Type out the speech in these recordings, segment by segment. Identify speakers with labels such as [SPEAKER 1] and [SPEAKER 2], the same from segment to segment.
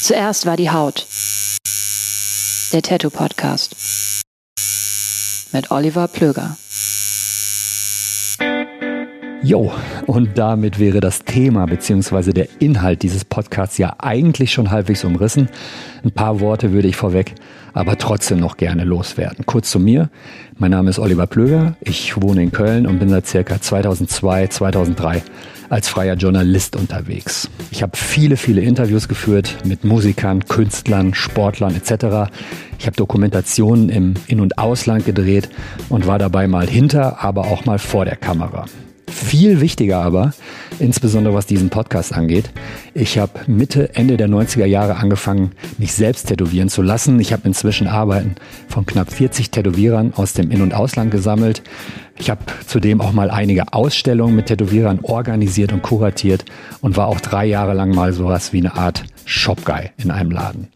[SPEAKER 1] Zuerst war die Haut. Der Tattoo Podcast. Mit Oliver Plöger.
[SPEAKER 2] Jo, und damit wäre das Thema bzw. der Inhalt dieses Podcasts ja eigentlich schon halbwegs umrissen. Ein paar Worte würde ich vorweg aber trotzdem noch gerne loswerden. Kurz zu mir. Mein Name ist Oliver Plöger. Ich wohne in Köln und bin seit circa 2002, 2003 als freier Journalist unterwegs. Ich habe viele, viele Interviews geführt mit Musikern, Künstlern, Sportlern etc. Ich habe Dokumentationen im In- und Ausland gedreht und war dabei mal hinter, aber auch mal vor der Kamera. Viel wichtiger aber, insbesondere was diesen Podcast angeht, ich habe Mitte, Ende der 90er Jahre angefangen, mich selbst tätowieren zu lassen. Ich habe inzwischen Arbeiten von knapp 40 Tätowierern aus dem In- und Ausland gesammelt. Ich habe zudem auch mal einige Ausstellungen mit Tätowierern organisiert und kuratiert und war auch drei Jahre lang mal sowas wie eine Art Shopguy in einem Laden.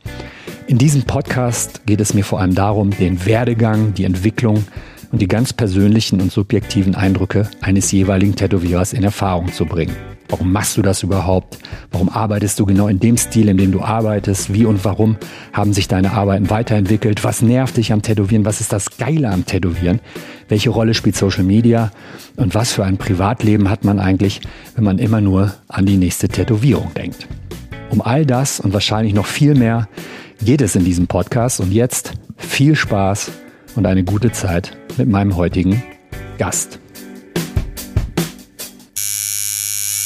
[SPEAKER 2] In diesem Podcast geht es mir vor allem darum, den Werdegang, die Entwicklung und die ganz persönlichen und subjektiven Eindrücke eines jeweiligen Tätowierers in Erfahrung zu bringen. Warum machst du das überhaupt? Warum arbeitest du genau in dem Stil, in dem du arbeitest? Wie und warum haben sich deine Arbeiten weiterentwickelt? Was nervt dich am Tätowieren? Was ist das Geile am Tätowieren? Welche Rolle spielt Social Media? Und was für ein Privatleben hat man eigentlich, wenn man immer nur an die nächste Tätowierung denkt? Um all das und wahrscheinlich noch viel mehr geht es in diesem Podcast. Und jetzt viel Spaß und eine gute Zeit mit meinem heutigen Gast.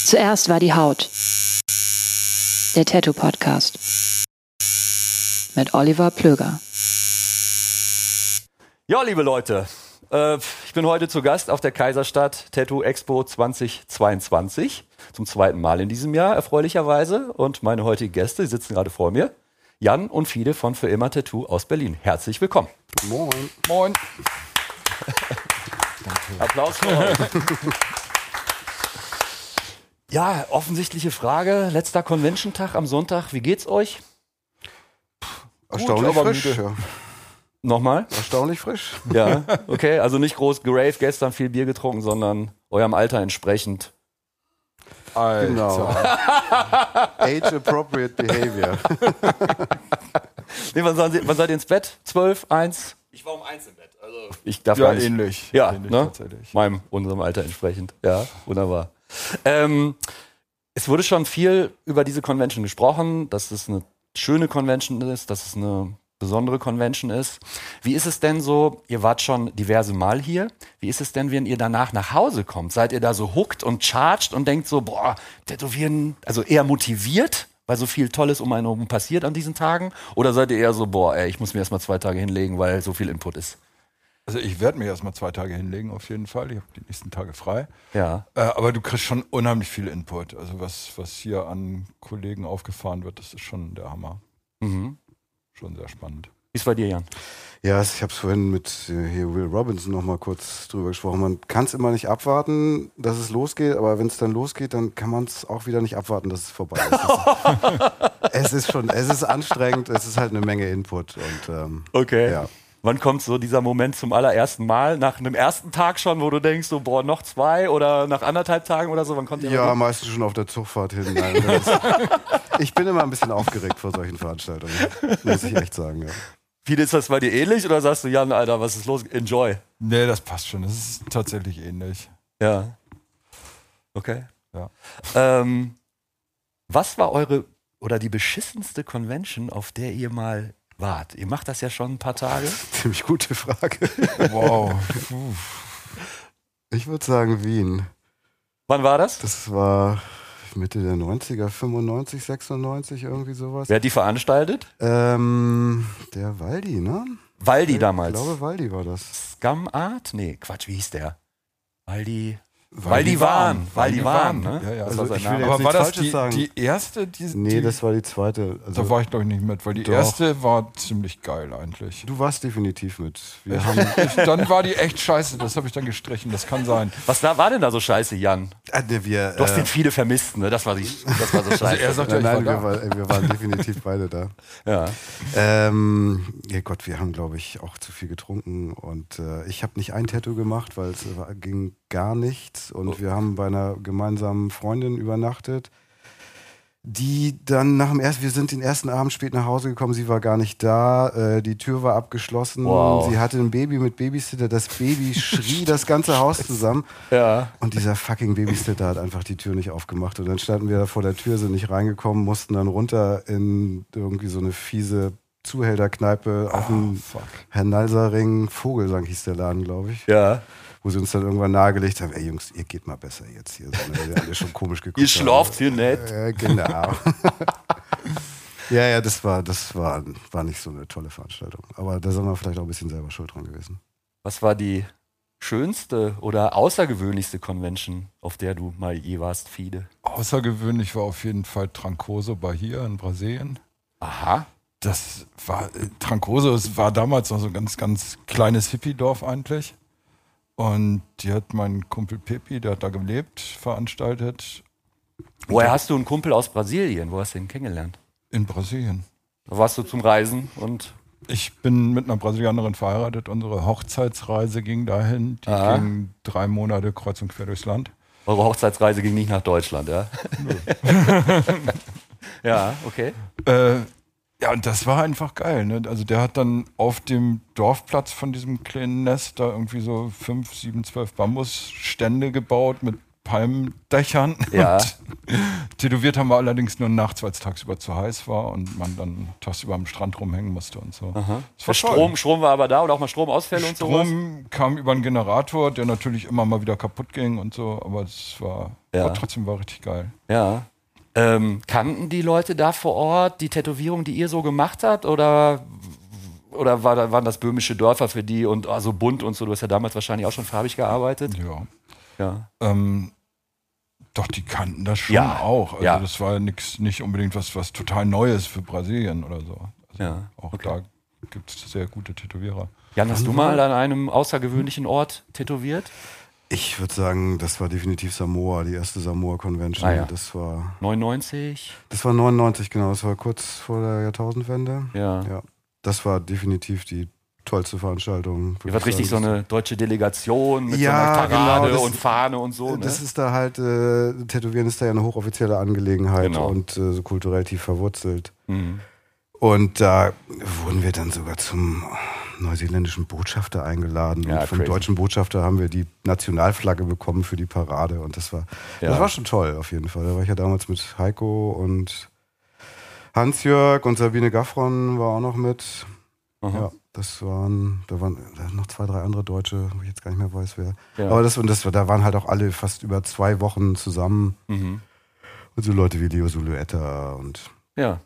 [SPEAKER 1] Zuerst war die Haut. Der Tattoo Podcast. Mit Oliver Plöger.
[SPEAKER 3] Ja, liebe Leute, äh, ich bin heute zu Gast auf der Kaiserstadt Tattoo Expo 2022. Zum zweiten Mal in diesem Jahr, erfreulicherweise. Und meine heutigen Gäste die sitzen gerade vor mir. Jan und Fide von Für immer Tattoo aus Berlin. Herzlich willkommen.
[SPEAKER 4] Moin.
[SPEAKER 5] Moin.
[SPEAKER 3] Applaus für euch. Ja, offensichtliche Frage. Letzter Convention-Tag am Sonntag. Wie geht's euch?
[SPEAKER 4] Erstaunlich
[SPEAKER 3] aber
[SPEAKER 4] frisch.
[SPEAKER 3] müde.
[SPEAKER 4] Ja.
[SPEAKER 3] Nochmal?
[SPEAKER 4] Erstaunlich frisch.
[SPEAKER 3] Ja, okay. Also nicht groß gerave, gestern viel Bier getrunken, sondern eurem Alter entsprechend.
[SPEAKER 5] Alter.
[SPEAKER 4] Genau. Age appropriate behavior.
[SPEAKER 3] Nee, wann, seid ihr, wann seid ihr ins Bett? Zwölf, eins?
[SPEAKER 5] Ich war um eins im Bett. Also
[SPEAKER 3] Ich darf
[SPEAKER 5] ja,
[SPEAKER 3] gar nicht.
[SPEAKER 5] ähnlich.
[SPEAKER 3] Ja,
[SPEAKER 5] ähnlich
[SPEAKER 3] ne?
[SPEAKER 5] tatsächlich.
[SPEAKER 3] meinem, unserem Alter entsprechend. Ja, wunderbar. Ähm, es wurde schon viel über diese Convention gesprochen, dass es eine schöne Convention ist, dass es eine besondere Convention ist. Wie ist es denn so, ihr wart schon diverse Mal hier, wie ist es denn, wenn ihr danach nach Hause kommt? Seid ihr da so hooked und charged und denkt so, boah, tätowieren, also eher motiviert, weil so viel Tolles um einen herum passiert an diesen Tagen? Oder seid ihr eher so, boah, ey, ich muss mir erstmal zwei Tage hinlegen, weil so viel Input ist?
[SPEAKER 5] Also ich werde mir erstmal zwei Tage hinlegen, auf jeden Fall. Ich habe die nächsten Tage frei.
[SPEAKER 3] Ja.
[SPEAKER 5] Äh, aber du kriegst schon unheimlich viel Input. Also was, was hier an Kollegen aufgefahren wird, das ist schon der Hammer.
[SPEAKER 3] Mhm.
[SPEAKER 5] Schon sehr spannend.
[SPEAKER 3] Wie ist bei dir, Jan?
[SPEAKER 4] Ja, ich habe es vorhin mit äh, hier Will Robinson noch mal kurz drüber gesprochen. Man kann es immer nicht abwarten, dass es losgeht, aber wenn es dann losgeht, dann kann man es auch wieder nicht abwarten, dass es vorbei ist. es ist schon, es ist anstrengend, es ist halt eine Menge Input und ähm,
[SPEAKER 3] Okay.
[SPEAKER 4] Ja.
[SPEAKER 3] Wann kommt so dieser Moment zum allerersten Mal? Nach einem ersten Tag schon, wo du denkst, so, boah, noch zwei oder nach anderthalb Tagen oder so? Wann kommt der
[SPEAKER 4] ja,
[SPEAKER 3] Moment?
[SPEAKER 4] meistens schon auf der Zugfahrt hin. Nein, das- ich bin immer ein bisschen aufgeregt vor solchen Veranstaltungen, muss ich echt sagen. Ja.
[SPEAKER 3] Wie ist das bei dir ähnlich oder sagst du, Jan, Alter, was ist los? Enjoy.
[SPEAKER 5] Nee, das passt schon. Das ist tatsächlich ähnlich.
[SPEAKER 3] Ja. Okay.
[SPEAKER 5] Ja.
[SPEAKER 3] Ähm, was war eure oder die beschissenste Convention, auf der ihr mal wart? Ihr macht das ja schon ein paar Tage.
[SPEAKER 4] Ziemlich gute Frage.
[SPEAKER 5] Wow.
[SPEAKER 4] Ich würde sagen Wien.
[SPEAKER 3] Wann war das?
[SPEAKER 4] Das war Mitte der 90er, 95, 96, irgendwie sowas.
[SPEAKER 3] Wer hat die veranstaltet?
[SPEAKER 4] Ähm, der Waldi, ne?
[SPEAKER 3] Waldi
[SPEAKER 4] Ich
[SPEAKER 3] damals.
[SPEAKER 4] glaube, Waldi war das.
[SPEAKER 3] Scum Art? Nee, Quatsch, wie hieß der? Waldi.
[SPEAKER 5] Weil die waren.
[SPEAKER 3] Weil die waren, ne?
[SPEAKER 5] Ja, ja.
[SPEAKER 3] Das
[SPEAKER 4] Also
[SPEAKER 3] war sein
[SPEAKER 4] ich will
[SPEAKER 3] Name.
[SPEAKER 4] jetzt
[SPEAKER 5] aber war
[SPEAKER 4] nichts
[SPEAKER 5] das
[SPEAKER 4] Falsches
[SPEAKER 5] die,
[SPEAKER 4] sagen.
[SPEAKER 5] die erste? Die,
[SPEAKER 4] Nee,
[SPEAKER 5] die,
[SPEAKER 4] das war die zweite. Also,
[SPEAKER 5] da war ich glaube ich nicht mit, weil die
[SPEAKER 4] Doch.
[SPEAKER 5] erste war ziemlich geil eigentlich.
[SPEAKER 4] du warst definitiv mit. Wir
[SPEAKER 5] Ich,
[SPEAKER 4] haben,
[SPEAKER 5] ich, dann war die echt scheiße, das habe ich dann gestrichen, das kann sein.
[SPEAKER 3] Was da, war denn da so scheiße, Jan?
[SPEAKER 4] Ah, ne, wir,
[SPEAKER 3] Du hast den
[SPEAKER 4] äh,
[SPEAKER 3] viele vermisst, ne? Das war, die, das war Also so scheiße.
[SPEAKER 5] Also er sagt ja,
[SPEAKER 4] nein,
[SPEAKER 5] ich
[SPEAKER 4] nein,
[SPEAKER 5] war
[SPEAKER 4] wir, war,
[SPEAKER 5] da.
[SPEAKER 4] wir waren definitiv beide da.
[SPEAKER 3] ja.
[SPEAKER 4] Ähm, ja Gott, wir haben, glaube ich, auch zu viel getrunken und äh, ich habe nicht ein Tattoo gemacht, weil es äh, war- ging gar nichts und wir haben bei einer gemeinsamen Freundin übernachtet, die dann nach dem ersten, wir sind den ersten Abend spät nach Hause gekommen, sie war gar nicht da, äh, die Tür war abgeschlossen,
[SPEAKER 3] Wow.
[SPEAKER 4] sie hatte ein Baby mit Babysitter, das Baby schrie das ganze Haus zusammen
[SPEAKER 3] Ja.
[SPEAKER 4] und dieser fucking Babysitter hat einfach die Tür nicht aufgemacht und dann standen wir da vor der Tür, sind nicht reingekommen, mussten dann runter in irgendwie so eine fiese Zuhälterkneipe
[SPEAKER 3] Ah,
[SPEAKER 4] auf dem Herrn-Nalser-Ring, Vogelsang hieß der Laden, glaube ich
[SPEAKER 3] Ja.
[SPEAKER 4] wo sie uns dann irgendwann nahegelegt haben, ey Jungs, ihr geht mal besser jetzt hier, so, ne, weil wir alle schon komisch geguckt
[SPEAKER 3] Ihr schlaft hier nicht.
[SPEAKER 4] Haben. Äh, genau. ja, ja, das war, das war, war nicht so eine tolle Veranstaltung. Aber da sind wir vielleicht auch ein bisschen selber schuld dran gewesen.
[SPEAKER 3] Was war die schönste oder außergewöhnlichste Convention, auf der du mal je warst, Fide?
[SPEAKER 5] Außergewöhnlich war auf jeden Fall Trancoso Bahia in Brasilien.
[SPEAKER 3] Aha.
[SPEAKER 5] Das war, äh, Trancoso es war damals noch so ein ganz, ganz kleines Hippie-Dorf eigentlich. Und die hat mein Kumpel Pippi, der hat da gelebt, veranstaltet
[SPEAKER 3] Woher hast du einen Kumpel aus Brasilien? Wo hast du ihn kennengelernt?
[SPEAKER 5] in Brasilien.
[SPEAKER 3] Da warst du zum Reisen und
[SPEAKER 5] Ich bin mit einer Brasilianerin verheiratet. Unsere Hochzeitsreise ging dahin. Die
[SPEAKER 3] Aha.
[SPEAKER 5] ging drei Monate kreuz und quer durchs Land.
[SPEAKER 3] eure Hochzeitsreise ging nicht nach Deutschland, ja? ja, okay.
[SPEAKER 5] Äh, ja, und das war einfach geil. Ne? Also der hat dann auf dem Dorfplatz von diesem kleinen Nest da irgendwie so fünf, sieben, zwölf Bambusstände gebaut mit Palmdächern.
[SPEAKER 3] Ja.
[SPEAKER 5] Und tätowiert haben wir allerdings nur nachts, weil es tagsüber zu heiß war und man dann tagsüber am Strand rumhängen musste und so. Es
[SPEAKER 3] Der Strom, Strom war aber da und auch mal Stromausfälle und sowas.
[SPEAKER 5] Strom kam über einen Generator, der natürlich immer mal wieder kaputt ging und so, aber es war,
[SPEAKER 3] Ja.
[SPEAKER 5] aber trotzdem war richtig geil.
[SPEAKER 3] Ja. Ähm, kannten die Leute da vor Ort die Tätowierung, die ihr so gemacht habt? Oder, oder war, da- waren das böhmische Dörfer für die und oh, so bunt und so? Du hast ja damals wahrscheinlich auch schon farbig gearbeitet.
[SPEAKER 5] Ja.
[SPEAKER 3] Ja.
[SPEAKER 5] Ähm, doch, die kannten das schon
[SPEAKER 3] Ja,
[SPEAKER 5] auch. Also
[SPEAKER 3] ja.
[SPEAKER 5] das war nix, nicht unbedingt was, was total Neues für Brasilien oder so. Also
[SPEAKER 3] Ja,
[SPEAKER 5] auch
[SPEAKER 3] okay.
[SPEAKER 5] da gibt es sehr gute Tätowierer.
[SPEAKER 3] Jan, hast du mal an einem außergewöhnlichen Ort tätowiert?
[SPEAKER 4] Ich würde sagen, das war definitiv Samoa, die erste Samoa-Convention.
[SPEAKER 3] Ah, ja.
[SPEAKER 4] Das war
[SPEAKER 3] 99?
[SPEAKER 4] das war 99, genau. Das war kurz vor der Jahrtausendwende.
[SPEAKER 3] Ja.
[SPEAKER 4] Ja. Das war definitiv die tollste Veranstaltung. würd
[SPEAKER 3] Ihr wart
[SPEAKER 4] ich
[SPEAKER 3] richtig so
[SPEAKER 4] sagen.
[SPEAKER 3] eine deutsche Delegation mit
[SPEAKER 4] Ja,
[SPEAKER 3] so einer Parade
[SPEAKER 4] genau, das-
[SPEAKER 3] und Fahne und so. Ne?
[SPEAKER 4] Das ist da halt, äh, Tätowieren ist da ja eine hochoffizielle Angelegenheit
[SPEAKER 3] Genau.
[SPEAKER 4] und äh, so kulturell tief verwurzelt.
[SPEAKER 3] Mhm.
[SPEAKER 4] Und da wurden wir dann sogar zum neuseeländischen Botschafter eingeladen.
[SPEAKER 3] Ja,
[SPEAKER 4] und vom
[SPEAKER 3] crazy.
[SPEAKER 4] deutschen Botschafter haben wir die Nationalflagge bekommen für die Parade. Und das war,
[SPEAKER 3] Ja.
[SPEAKER 4] das war schon toll auf jeden Fall. Da war ich ja damals mit Heiko und Hans-Jörg und Sabine Gaffron war auch noch mit.
[SPEAKER 3] Aha.
[SPEAKER 4] Ja, das waren, da waren da waren noch zwei, drei andere Deutsche, wo ich jetzt gar nicht mehr weiß, wer.
[SPEAKER 3] Ja.
[SPEAKER 4] Aber das, und das, da waren halt auch alle fast über zwei Wochen zusammen.
[SPEAKER 3] Mhm.
[SPEAKER 4] Und so Leute wie Leo Suluetta und
[SPEAKER 3] ja.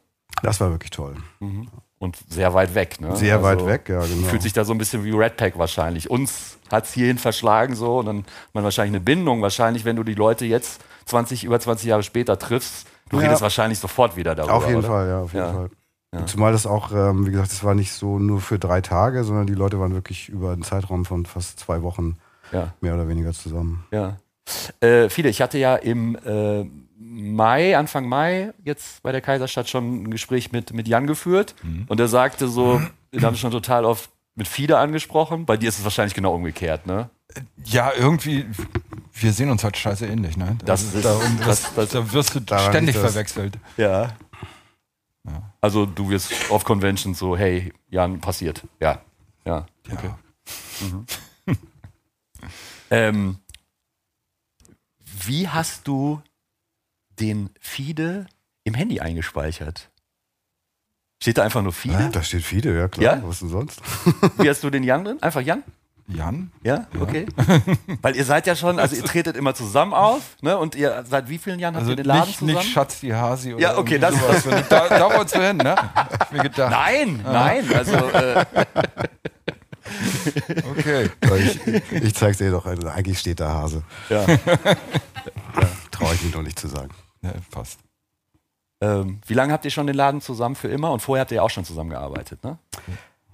[SPEAKER 4] das war wirklich toll.
[SPEAKER 3] Mhm. Und sehr weit weg. Ne?
[SPEAKER 4] Sehr weit
[SPEAKER 3] Also-
[SPEAKER 4] weg, ja, genau.
[SPEAKER 3] Fühlt sich da so ein bisschen wie Red Pack wahrscheinlich. Uns hat es hierhin verschlagen so und dann hat man wahrscheinlich eine Bindung. Wahrscheinlich, wenn du die Leute jetzt 20, über 20 Jahre später triffst, du
[SPEAKER 4] Ja.
[SPEAKER 3] redest wahrscheinlich sofort wieder darüber.
[SPEAKER 4] Auf jeden
[SPEAKER 3] oder?
[SPEAKER 4] Fall, ja, auf jeden
[SPEAKER 3] Ja.
[SPEAKER 4] Fall.
[SPEAKER 3] Ja.
[SPEAKER 4] Zumal das auch, ähm, wie gesagt, das war nicht so nur für drei Tage, sondern die Leute waren wirklich über einen Zeitraum von fast zwei Wochen
[SPEAKER 3] Ja.
[SPEAKER 4] mehr oder weniger zusammen.
[SPEAKER 3] Ja. Äh, viele, ich hatte ja im äh, Mai, Anfang Mai, jetzt bei der Kaiserstadt schon ein Gespräch mit, mit Jan geführt und er sagte so, wir haben schon total oft mit Fide angesprochen. Bei dir ist es wahrscheinlich genau umgekehrt, ne?
[SPEAKER 5] Ja, irgendwie, wir sehen uns halt scheiße ähnlich, ne?
[SPEAKER 3] Das
[SPEAKER 5] Also
[SPEAKER 3] ist-
[SPEAKER 5] da, um-
[SPEAKER 3] das- das-
[SPEAKER 5] da wirst du
[SPEAKER 4] daran
[SPEAKER 5] ständig
[SPEAKER 4] liegt das.
[SPEAKER 5] verwechselt.
[SPEAKER 3] Ja. Also du wirst auf Conventions so, hey, Jan, passiert. Ja. Ja. Okay.
[SPEAKER 5] Ja.
[SPEAKER 3] Ähm, wie hast du den FIDE im Handy eingespeichert? Steht da einfach nur FIDE?
[SPEAKER 4] Da steht Fide, ja klar.
[SPEAKER 3] Ja?
[SPEAKER 4] Was denn sonst?
[SPEAKER 3] Wie hast du den Jan drin? Einfach Jan?
[SPEAKER 5] Jan?
[SPEAKER 3] Ja? Okay. Weil ihr seid ja schon, also ihr tretet immer zusammen auf, ne? Und ihr seit wie vielen Jahren habt
[SPEAKER 5] Also
[SPEAKER 3] ihr den Laden
[SPEAKER 5] nicht,
[SPEAKER 3] zusammen?
[SPEAKER 5] nicht Schatz die Hasi oder
[SPEAKER 3] Ja, okay,
[SPEAKER 5] irgendwie
[SPEAKER 3] das-
[SPEAKER 5] sowas. Wenn du da, da wolltest du hin, ne? Hab ich mir gedacht.
[SPEAKER 3] Nein,
[SPEAKER 5] Ah.
[SPEAKER 3] nein, also äh,
[SPEAKER 5] Okay.
[SPEAKER 4] Ich, ich zeig's dir doch, also eigentlich steht da Hase.
[SPEAKER 3] ja.
[SPEAKER 4] Traue ich mir doch nicht zu sagen.
[SPEAKER 5] Ja, passt.
[SPEAKER 3] Ähm, wie lange habt ihr schon den Laden zusammen für immer? Und vorher habt ihr ja auch schon zusammengearbeitet, ne?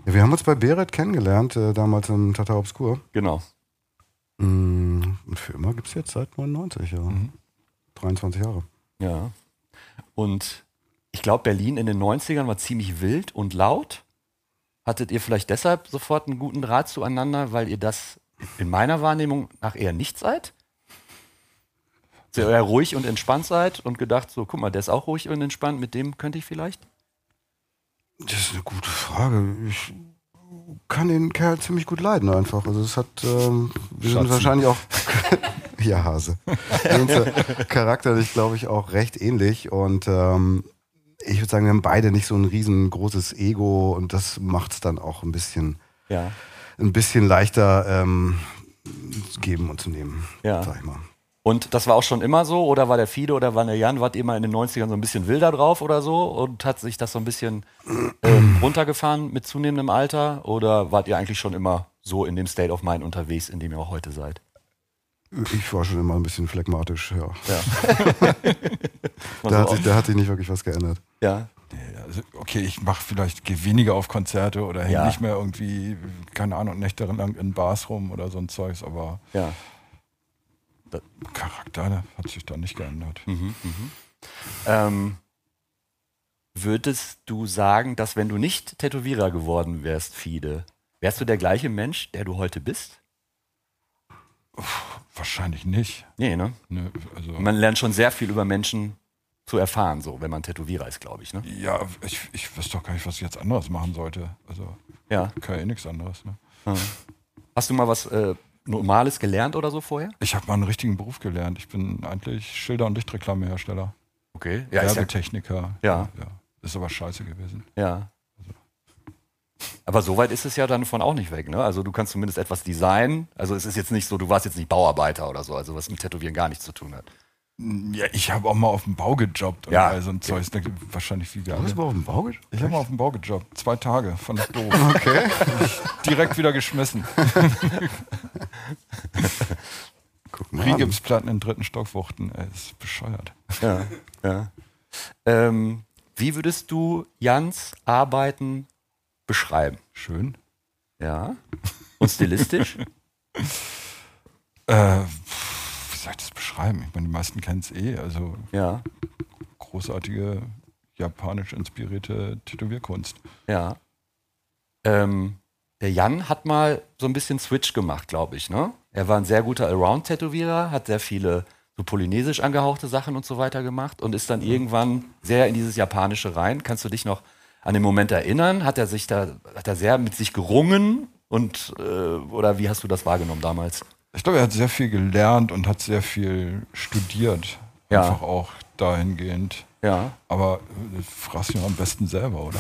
[SPEAKER 4] Ja, wir haben uns bei Beret kennengelernt, äh, damals im Tata Obscur.
[SPEAKER 3] Genau.
[SPEAKER 4] Mm, Und für immer gibt's jetzt seit 99, ja. 23 Jahre.
[SPEAKER 3] Ja. Und ich glaube, Berlin in den 90ern war ziemlich wild und laut. Hattet ihr vielleicht deshalb sofort einen guten Draht zueinander, weil ihr das in meiner Wahrnehmung nach eher nicht seid? sehr ruhig und entspannt seid und gedacht, so, guck mal, der ist auch ruhig und entspannt, mit dem könnte ich vielleicht?
[SPEAKER 4] Das ist eine gute Frage. Ich kann den Kerl ziemlich gut leiden einfach. Also es hat, ähm, wir sind
[SPEAKER 5] Schatzen.
[SPEAKER 4] wahrscheinlich auch, ja Hase, wir sind äh, charakterlich glaube ich auch recht ähnlich und ähm, ich würde sagen, wir haben beide nicht so ein riesengroßes Ego und das macht es dann auch ein bisschen,
[SPEAKER 3] Ja.
[SPEAKER 4] ein bisschen leichter ähm, zu geben und zu nehmen,
[SPEAKER 3] Ja.
[SPEAKER 4] sag ich mal.
[SPEAKER 3] Und das war auch schon immer so? Oder war der Fide oder war der Jan, wart ihr mal in den 90ern so ein bisschen wilder drauf oder so? Und hat sich das so ein bisschen ähm, runtergefahren mit zunehmendem Alter? Oder wart ihr eigentlich schon immer so in dem State of Mind unterwegs, in dem ihr auch heute seid?
[SPEAKER 4] Ich war schon immer ein bisschen phlegmatisch, ja.
[SPEAKER 3] Ja.
[SPEAKER 4] Da hat, sich, da hat sich nicht wirklich was geändert.
[SPEAKER 3] ja.
[SPEAKER 5] Also, okay, ich mache vielleicht, gehe weniger auf Konzerte oder hänge
[SPEAKER 3] Ja.
[SPEAKER 5] nicht mehr irgendwie, keine Ahnung, nächterelang in Bars rum oder so ein Zeugs, aber
[SPEAKER 3] Ja.
[SPEAKER 5] Charakter ne, hat sich da nicht geändert.
[SPEAKER 3] Hm. Ähm, würdest du sagen, dass wenn du nicht Tätowierer geworden wärst, Fide, wärst du der gleiche Mensch, der du heute bist?
[SPEAKER 5] Wahrscheinlich nicht.
[SPEAKER 3] Nee, ne?
[SPEAKER 5] Ne, also,
[SPEAKER 3] Man lernt schon sehr viel über Menschen zu erfahren, so, wenn man Tätowierer ist, glaube ich, ne?
[SPEAKER 5] ja, ich, ich wüsste doch gar nicht, was ich jetzt anderes machen sollte. Also,
[SPEAKER 3] Ja.
[SPEAKER 5] kann ja eh nichts anderes. Ne?
[SPEAKER 3] Hast du mal was äh, Normales gelernt oder so vorher?
[SPEAKER 5] Ich habe mal einen richtigen Beruf gelernt. Ich bin eigentlich Schilder- und Lichtreklamehersteller.
[SPEAKER 3] Okay. Ja,
[SPEAKER 5] Ja,
[SPEAKER 3] ist ja,
[SPEAKER 5] Werbetechniker.
[SPEAKER 3] Ja.
[SPEAKER 5] Ist aber scheiße gewesen.
[SPEAKER 3] ja. Aber so weit ist es ja dann von auch nicht weg, ne? Also du kannst zumindest etwas designen. Also es ist jetzt nicht so, du warst jetzt nicht Bauarbeiter oder so, also was mit Tätowieren gar nichts zu tun hat.
[SPEAKER 5] Ja, ich habe auch mal auf dem Bau gejobbt und
[SPEAKER 3] Ja.
[SPEAKER 5] all so ein Zeugs. Da gibt- Wahrscheinlich wie geil.
[SPEAKER 4] Du bist mal auf dem Bau gesch-
[SPEAKER 5] Ich habe mal auf dem Bau gejobbt. Zwei Tage. Fand ich doof. Okay. Direkt wieder geschmissen.
[SPEAKER 4] Guck mal an.
[SPEAKER 5] Rigipsplatten in den dritten Stock wuchten. Ey, ist bescheuert.
[SPEAKER 3] Ja, ja. Ähm, wie würdest du Jans Arbeiten beschreiben?
[SPEAKER 5] Schön.
[SPEAKER 3] Ja. Und stilistisch?
[SPEAKER 5] Äh, pff, wie soll ich das beschreiben? Ich meine, die meisten kennen es eh. Also
[SPEAKER 3] ja,
[SPEAKER 5] großartige japanisch inspirierte Tätowierkunst.
[SPEAKER 3] ja. Ähm, der Jan hat mal so ein bisschen Switch gemacht, glaube ich. Ne? Er war ein sehr guter Around-Tätowierer, hat sehr viele so polynesisch angehauchte Sachen und so weiter gemacht und ist dann
[SPEAKER 5] Mhm.
[SPEAKER 3] irgendwann sehr in dieses Japanische rein. Kannst du dich noch an den Moment erinnern? Hat er sich da, hat er sehr mit sich gerungen und äh, oder wie hast du das wahrgenommen damals?
[SPEAKER 5] Ich glaube, er hat sehr viel gelernt und hat sehr viel studiert.
[SPEAKER 3] Ja.
[SPEAKER 5] Einfach auch dahingehend.
[SPEAKER 3] Ja.
[SPEAKER 5] Aber äh, fragst du ihn am besten selber, oder?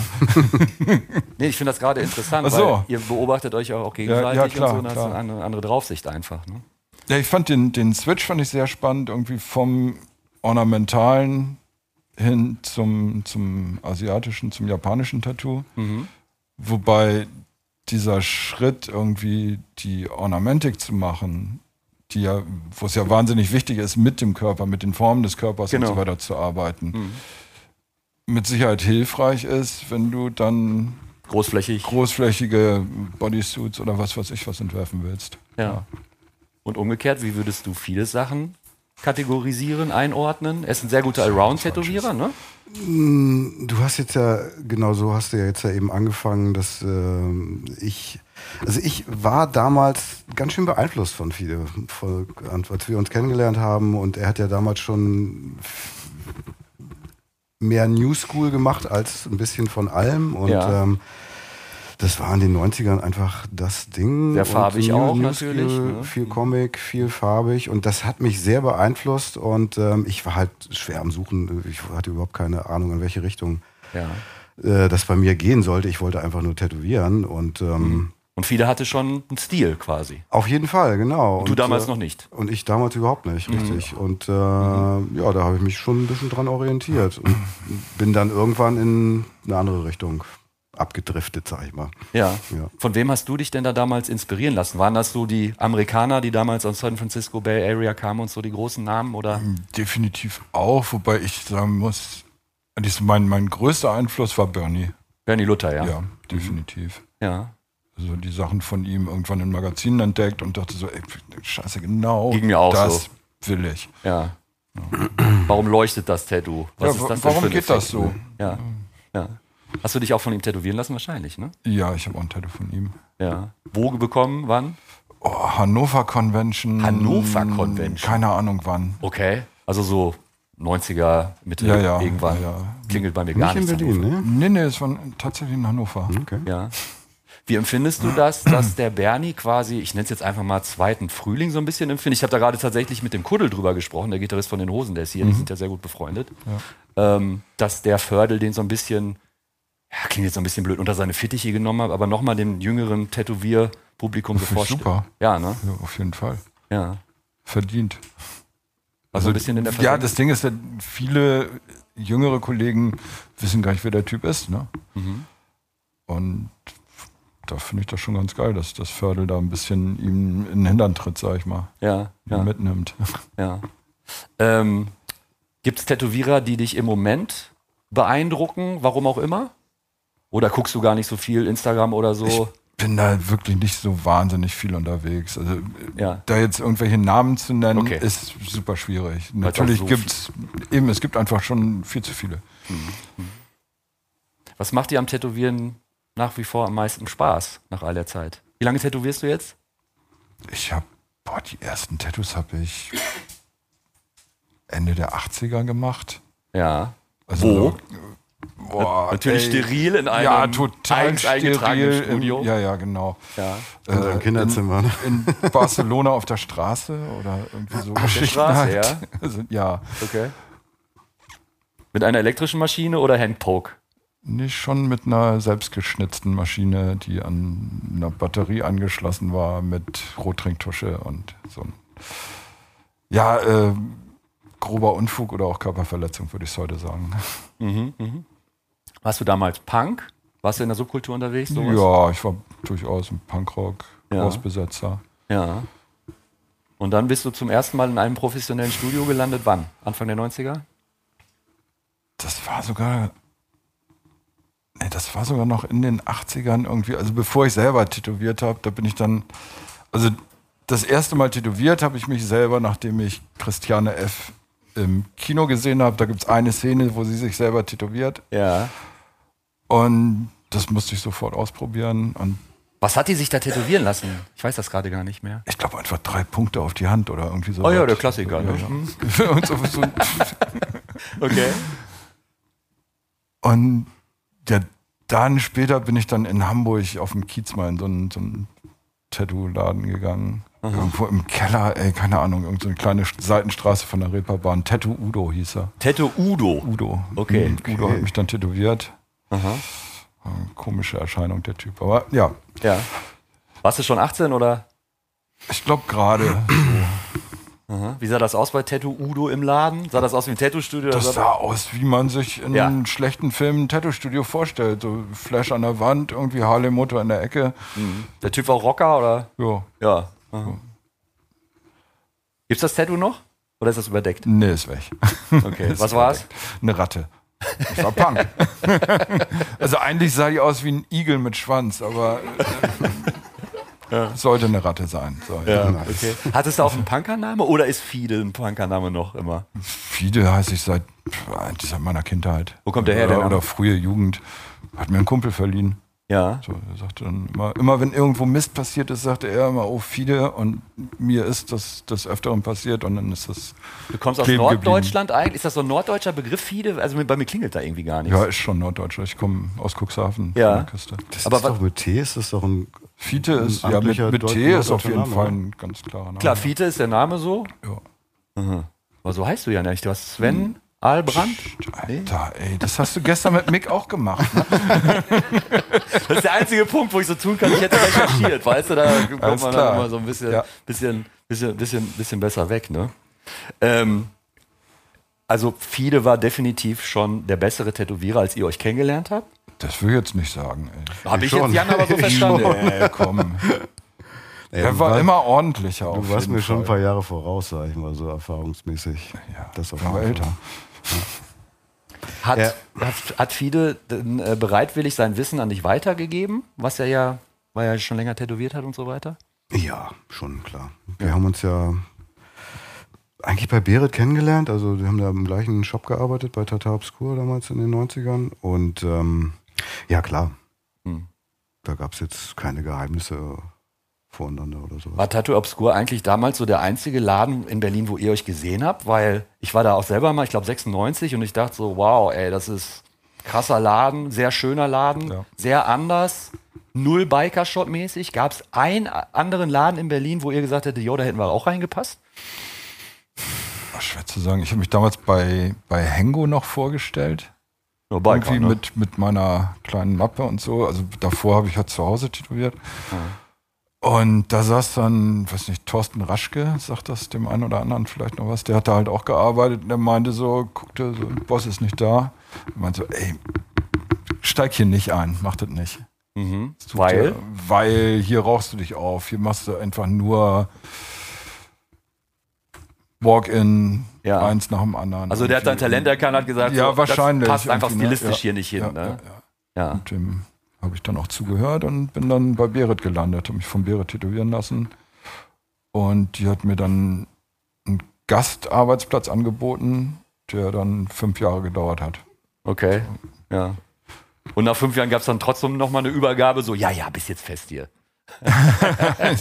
[SPEAKER 3] Nee, ich finde das gerade interessant,
[SPEAKER 5] Ach so.
[SPEAKER 3] weil ihr beobachtet euch auch, auch
[SPEAKER 5] Ja,
[SPEAKER 3] gegenseitig
[SPEAKER 5] ja, klar,
[SPEAKER 3] und so, und hast
[SPEAKER 5] klar.
[SPEAKER 3] eine andere, andere Draufsicht einfach. Ne?
[SPEAKER 5] Ja, ich fand den, den Switch fand ich sehr spannend, irgendwie vom ornamentalen hin zum, zum asiatischen, zum japanischen Tattoo. Wobei dieser Schritt, irgendwie die Ornamentik zu machen, die ja, wo es ja wahnsinnig wichtig ist, mit dem Körper, mit den Formen des Körpers
[SPEAKER 3] Genau.
[SPEAKER 5] und so weiter zu arbeiten, mit Sicherheit hilfreich ist, wenn du dann
[SPEAKER 3] Großflächig
[SPEAKER 5] großflächige Bodysuits oder was weiß ich was entwerfen willst.
[SPEAKER 3] Ja. Und umgekehrt, wie würdest du viele Sachen kategorisieren, einordnen? Er ist ein sehr guter Around-Tätowierer, ne?
[SPEAKER 4] Du hast jetzt ja, genau so hast du ja jetzt ja eben angefangen, dass ähm, ich, also ich war damals ganz schön beeinflusst von Fide, voll- als wir uns kennengelernt haben und er hat ja damals schon mehr New School gemacht als ein bisschen von allem und
[SPEAKER 3] Ja.
[SPEAKER 4] ähm, das war in den 90ern einfach das Ding.
[SPEAKER 3] Sehr
[SPEAKER 4] Und
[SPEAKER 3] farbig
[SPEAKER 4] New-
[SPEAKER 3] auch
[SPEAKER 4] New
[SPEAKER 3] natürlich,
[SPEAKER 4] School,
[SPEAKER 3] ne?
[SPEAKER 4] Viel Comic, viel farbig und das hat mich sehr beeinflusst und ähm, ich war halt schwer am Suchen. Ich hatte überhaupt keine Ahnung, in welche Richtung
[SPEAKER 3] Ja.
[SPEAKER 4] äh, das bei mir gehen sollte. Ich wollte einfach nur tätowieren und ähm,
[SPEAKER 3] Und viele hatte schon einen Stil quasi.
[SPEAKER 4] auf jeden Fall, genau.
[SPEAKER 3] Und du damals
[SPEAKER 4] äh,
[SPEAKER 3] noch nicht. Mhm.
[SPEAKER 4] Und ich damals überhaupt nicht, richtig. Und äh, ja, da habe ich mich schon ein bisschen dran orientiert und bin dann irgendwann in eine andere Richtung abgedriftet, sag ich mal.
[SPEAKER 3] Ja.
[SPEAKER 4] Ja.
[SPEAKER 3] Von wem hast du dich denn da damals inspirieren lassen? Waren das so die Amerikaner, die damals aus San Francisco Bay Area kamen und so die großen Namen oder?
[SPEAKER 5] Definitiv auch, wobei ich sagen muss, dies- mein, mein größter Einfluss war Bernie.
[SPEAKER 3] Bernie Luther,
[SPEAKER 5] Ja,
[SPEAKER 3] ja.
[SPEAKER 5] definitiv.
[SPEAKER 3] ja.
[SPEAKER 5] Also die Sachen von ihm irgendwann in Magazinen entdeckt und dachte so, ey, scheiße, genau
[SPEAKER 3] Ging mir auch
[SPEAKER 5] das
[SPEAKER 3] so.
[SPEAKER 5] will ich.
[SPEAKER 3] Ja. Warum leuchtet das Tattoo?
[SPEAKER 5] Ja,
[SPEAKER 3] ist das
[SPEAKER 5] wa-
[SPEAKER 3] denn
[SPEAKER 5] warum
[SPEAKER 3] für ein
[SPEAKER 5] geht das
[SPEAKER 3] Effekt?
[SPEAKER 5] so?
[SPEAKER 3] Ja. ja. Hast du dich auch von ihm tätowieren lassen? Wahrscheinlich, ne?
[SPEAKER 5] Ja, ich habe auch ein Tattoo von ihm.
[SPEAKER 3] Ja. Wo bekommen? Wann?
[SPEAKER 5] Oh, Hannover Convention.
[SPEAKER 3] Hannover Convention.
[SPEAKER 5] Keine Ahnung wann.
[SPEAKER 3] Okay. Also so 90er, Mitte
[SPEAKER 5] Ja, ja,
[SPEAKER 3] irgendwann.
[SPEAKER 5] ja, ja.
[SPEAKER 3] Klingelt bei mir gar
[SPEAKER 4] Nicht in
[SPEAKER 3] nichts.
[SPEAKER 4] Berlin, ne?
[SPEAKER 5] Nee, nee, es war tatsächlich in Hannover.
[SPEAKER 3] Hm?
[SPEAKER 4] Okay.
[SPEAKER 3] Ja. Wie empfindest du das, dass der Bernie quasi, ich nenne es jetzt einfach mal zweiten Frühling so ein bisschen empfindet? Ich habe da gerade tatsächlich mit dem Kuddel drüber gesprochen, der Gitarrist von den Hosen, der ist
[SPEAKER 5] Mhm.
[SPEAKER 3] hier, die sind ja sehr gut befreundet, ähm, dass der Fördel den so ein bisschen, ja, klingt jetzt so ein bisschen blöd, unter seine Fittiche genommen hat, aber nochmal dem jüngeren Tätowierpublikum
[SPEAKER 5] Finde ich
[SPEAKER 3] geforscht.
[SPEAKER 5] super.
[SPEAKER 3] Ja, ne?
[SPEAKER 5] Ja, auf jeden Fall.
[SPEAKER 3] Ja.
[SPEAKER 5] Verdient.
[SPEAKER 3] Also ein bisschen in der
[SPEAKER 5] Ja,
[SPEAKER 3] Vergangenheit.
[SPEAKER 5] das Ding ist, dass viele jüngere Kollegen wissen gar nicht, wer der Typ ist. Ne?
[SPEAKER 3] Mhm.
[SPEAKER 5] Und da finde ich das schon ganz geil, dass das Fördel da ein bisschen ihm in den Hintern tritt, sag ich mal.
[SPEAKER 3] Ja,
[SPEAKER 5] Ihn
[SPEAKER 3] ja.
[SPEAKER 5] mitnimmt.
[SPEAKER 3] Ja. Ähm, Gibt es Tätowierer, die dich im Moment beeindrucken, warum auch immer? Oder guckst du gar nicht so viel Instagram oder so?
[SPEAKER 5] Bin da wirklich nicht so wahnsinnig viel unterwegs. Also
[SPEAKER 3] ja.
[SPEAKER 5] da jetzt irgendwelche Namen zu nennen,
[SPEAKER 3] Okay.
[SPEAKER 5] ist super schwierig.
[SPEAKER 3] auch
[SPEAKER 5] Natürlich
[SPEAKER 3] so
[SPEAKER 5] gibt's eben, es gibt einfach schon viel zu viele.
[SPEAKER 3] Was macht dir am Tätowieren nach wie vor am meisten Spaß nach all der Zeit? Wie lange tätowierst du jetzt?
[SPEAKER 5] Ich habe, boah, die ersten Tattoos habe ich Ende der 80er gemacht.
[SPEAKER 3] Ja.
[SPEAKER 5] Also, Wo? Boah,
[SPEAKER 3] ne? Natürlich
[SPEAKER 5] ey.
[SPEAKER 3] steril in einem
[SPEAKER 5] ja, total
[SPEAKER 3] eigens eingetragenen
[SPEAKER 5] steril. im-
[SPEAKER 3] Studio.
[SPEAKER 5] Ja, ja, genau.
[SPEAKER 3] Ja. äh,
[SPEAKER 4] In seinem Kinderzimmer. Ne?
[SPEAKER 5] In Barcelona auf der Straße oder irgendwie so. Auf
[SPEAKER 3] Straße,
[SPEAKER 5] ja. Also, ja,
[SPEAKER 3] Okay. Mit einer elektrischen Maschine oder Handpoke?
[SPEAKER 5] nicht schon mit einer selbstgeschnitzten Maschine, die an einer Batterie angeschlossen war mit Rottrinktusche und so. ein- Ja, äh, grober Unfug oder auch Körperverletzung, würde ich es heute sagen.
[SPEAKER 3] Mhm, mhm. Warst du damals Punk? Warst du in der Subkultur unterwegs? sowas?
[SPEAKER 5] Ja, ich war durchaus ein Punkrock,
[SPEAKER 3] Ja.
[SPEAKER 5] Großbesetzer.
[SPEAKER 3] Ja. Und dann bist du zum ersten Mal in einem professionellen Studio gelandet. Wann? Anfang der 90er?
[SPEAKER 5] Das war sogar. Nee, das war sogar noch in den 80ern irgendwie. Also bevor ich selber tätowiert habe, da bin ich dann. Also das erste Mal tätowiert habe ich mich selber, nachdem ich Christiane F. im Kino gesehen habe. Da gibt es eine Szene, wo sie sich selber tätowiert.
[SPEAKER 3] Ja.
[SPEAKER 5] Und das musste ich sofort ausprobieren. Und
[SPEAKER 3] Was hat die sich da tätowieren lassen? Ich weiß das gerade gar nicht mehr.
[SPEAKER 5] ich glaube einfach drei Punkte auf die Hand oder irgendwie so.
[SPEAKER 3] Oh ja,
[SPEAKER 5] was.
[SPEAKER 3] der Klassiker, ne?
[SPEAKER 5] Ja, ja. Und so, so,
[SPEAKER 3] Okay.
[SPEAKER 5] Und ja, dann später bin ich dann in Hamburg auf dem Kiez mal in so einen, so einen Tattoo-Laden gegangen. Irgendwo im Keller, ey, keine Ahnung, irgend so eine kleine Sch- Seitenstraße von der Reeperbahn. Tattoo Udo hieß er.
[SPEAKER 3] Tattoo Udo.
[SPEAKER 5] Udo.
[SPEAKER 3] Okay.
[SPEAKER 5] Mhm, Udo hat mich dann tätowiert.
[SPEAKER 3] Aha.
[SPEAKER 5] Äh, Komische Erscheinung, der Typ. Aber ja,
[SPEAKER 3] Ja. Warst du schon 18 oder?
[SPEAKER 5] ich glaube gerade,
[SPEAKER 3] Aha. Wie sah das aus bei Tattoo Udo im Laden? Sah das aus wie ein Tattoo-Studio? oder
[SPEAKER 5] das
[SPEAKER 3] sah-
[SPEAKER 5] sah aus, wie man sich in
[SPEAKER 3] Ja.
[SPEAKER 5] einem schlechten Film ein Tattoo-Studio vorstellt. So Flash an der Wand, irgendwie Harley Motor in der Ecke.
[SPEAKER 3] Der Typ war Rocker oder?
[SPEAKER 5] Ja,
[SPEAKER 3] Ja. Aha. Gibt's das Tattoo noch? Oder ist das überdeckt?
[SPEAKER 5] nee, ist weg.
[SPEAKER 3] Okay. Was war's?
[SPEAKER 5] Eine Ratte. Ich war Punk. also eigentlich sah ich aus wie ein Igel mit Schwanz, aber äh, sollte eine Ratte sein. So, ja.
[SPEAKER 3] Okay. Hattest du auch einen Punkername oder ist Fidel ein Punkername noch immer?
[SPEAKER 5] Fide heiße ich seit, pf, eigentlich seit meiner Kindheit.
[SPEAKER 3] Wo kommt der her, der
[SPEAKER 5] Oder,
[SPEAKER 3] Name?
[SPEAKER 5] oder frühe Jugend. Hat mir ein Kumpel verliehen.
[SPEAKER 3] Ja.
[SPEAKER 5] So, er sagte dann immer, immer wenn irgendwo Mist passiert ist, sagte er immer, oh Fide. Und mir ist das des Öfteren passiert und dann ist das,
[SPEAKER 3] Du kommst aus
[SPEAKER 5] kleben
[SPEAKER 3] Norddeutschland eigentlich? Ist das so ein norddeutscher Begriff, Fide? Also mir- bei mir klingelt da irgendwie gar nichts.
[SPEAKER 5] ja, ist schon Norddeutscher. Ich komme aus Cuxhaven
[SPEAKER 3] Ja.
[SPEAKER 5] von der Küste.
[SPEAKER 4] Das
[SPEAKER 3] Aber
[SPEAKER 4] ist
[SPEAKER 3] wa-
[SPEAKER 4] doch mit T ist das doch ein.
[SPEAKER 5] Fiete
[SPEAKER 4] Ein
[SPEAKER 5] ist, ja, mit,
[SPEAKER 4] amtlicher
[SPEAKER 5] mit
[SPEAKER 4] Deut-
[SPEAKER 5] T ist auf
[SPEAKER 4] norddeutscher
[SPEAKER 5] jeden
[SPEAKER 4] Name,
[SPEAKER 5] Fall
[SPEAKER 4] oder?
[SPEAKER 5] ein ganz klarer Name.
[SPEAKER 3] Klar, Fiete ist der Name so.
[SPEAKER 5] Ja. Hm.
[SPEAKER 3] Mhm. Aber so heißt du ja nicht. Du hast Sven Albrand.
[SPEAKER 5] Alter, ey, das hast du gestern mit Mick auch gemacht. Ne?
[SPEAKER 3] Das ist der einzige Punkt, wo ich so tun kann, ich hätte recherchiert, weißt du? Da kommt man dann
[SPEAKER 5] klar.
[SPEAKER 3] immer so ein bisschen,
[SPEAKER 5] Ja.
[SPEAKER 3] bisschen, bisschen, bisschen, bisschen besser weg, ne? Ähm, also Fide war definitiv schon der bessere Tätowierer, als ihr euch kennengelernt habt.
[SPEAKER 5] Das will ich jetzt nicht sagen, ey.
[SPEAKER 3] Habe ich jetzt
[SPEAKER 4] schon.
[SPEAKER 3] Jan aber so verstanden.
[SPEAKER 5] Ey, komm.
[SPEAKER 4] Ey,
[SPEAKER 5] Er
[SPEAKER 4] du
[SPEAKER 5] war
[SPEAKER 4] warst-
[SPEAKER 5] immer ordentlicher. auf
[SPEAKER 4] Du warst
[SPEAKER 5] jeden
[SPEAKER 4] mir schon ein
[SPEAKER 5] Fall.
[SPEAKER 4] paar Jahre voraus, sag ich mal so erfahrungsmäßig.
[SPEAKER 5] Ja,
[SPEAKER 4] Das auf
[SPEAKER 5] war
[SPEAKER 4] jeden Fall.
[SPEAKER 5] älter.
[SPEAKER 3] Hat,
[SPEAKER 4] Ja.
[SPEAKER 3] hat, hat Fide denn, äh, bereitwillig sein Wissen an dich weitergegeben, was er ja, weil er schon länger tätowiert hat und so weiter?
[SPEAKER 4] Ja, schon klar. Wir haben uns ja eigentlich bei Berit kennengelernt. Also wir haben da im gleichen Shop gearbeitet, bei Tata Obscur damals in den 90ern. Und ähm, ja, klar,
[SPEAKER 3] Hm.
[SPEAKER 4] da gab es jetzt keine Geheimnisse voreinander oder sowas.
[SPEAKER 3] War Tattoo Obscur eigentlich damals so der einzige Laden in Berlin, wo ihr euch gesehen habt? Weil ich war da auch selber mal, ich glaube 96 und ich dachte so, wow, ey, das ist krasser Laden, sehr schöner Laden,
[SPEAKER 5] Ja.
[SPEAKER 3] sehr anders. Null Biker-Shop mäßig. Gab es einen a- anderen Laden in Berlin, wo ihr gesagt hättet, jo, da hätten wir auch reingepasst?
[SPEAKER 5] Ach, schwer zu sagen. Ich habe mich damals bei, bei Hengo noch vorgestellt.
[SPEAKER 3] Nur ne?
[SPEAKER 5] irgendwie mit, mit meiner kleinen Mappe und so. Also davor habe ich halt zu Hause tätowiert.
[SPEAKER 3] Ah.
[SPEAKER 5] Und da saß dann, weiß nicht, Thorsten Raschke, sagt das dem einen oder anderen vielleicht noch was, der hat da halt auch gearbeitet und der meinte so, guckte so, Boss ist nicht da. Und meinte so, ey, steig hier nicht ein, mach das nicht.
[SPEAKER 3] Mhm.
[SPEAKER 5] Das tut
[SPEAKER 3] Weil?
[SPEAKER 5] dir- weil hier rauchst du dich auf, hier machst du einfach nur Walk-in,
[SPEAKER 3] Ja.
[SPEAKER 5] eins nach dem anderen.
[SPEAKER 3] Also der hat sein
[SPEAKER 5] Irgendwie.
[SPEAKER 3] Talent erkannt, hat gesagt,
[SPEAKER 5] Ja,
[SPEAKER 3] so,
[SPEAKER 5] wahrscheinlich.
[SPEAKER 3] das passt einfach
[SPEAKER 5] irgendwie, ne?
[SPEAKER 3] stilistisch
[SPEAKER 5] Ja.
[SPEAKER 3] hier nicht hin.
[SPEAKER 5] Ja,
[SPEAKER 3] ne?
[SPEAKER 5] ja, ja.
[SPEAKER 3] ja.
[SPEAKER 5] Und dem habe ich dann auch zugehört und bin dann bei Berit gelandet, habe mich von Berit tätowieren lassen. Und die hat mir dann einen Gastarbeitsplatz angeboten, der dann fünf Jahre gedauert hat.
[SPEAKER 3] Okay. Ja. Und nach fünf Jahren gab es dann trotzdem nochmal eine Übergabe, so, ja, ja, bist jetzt fest hier.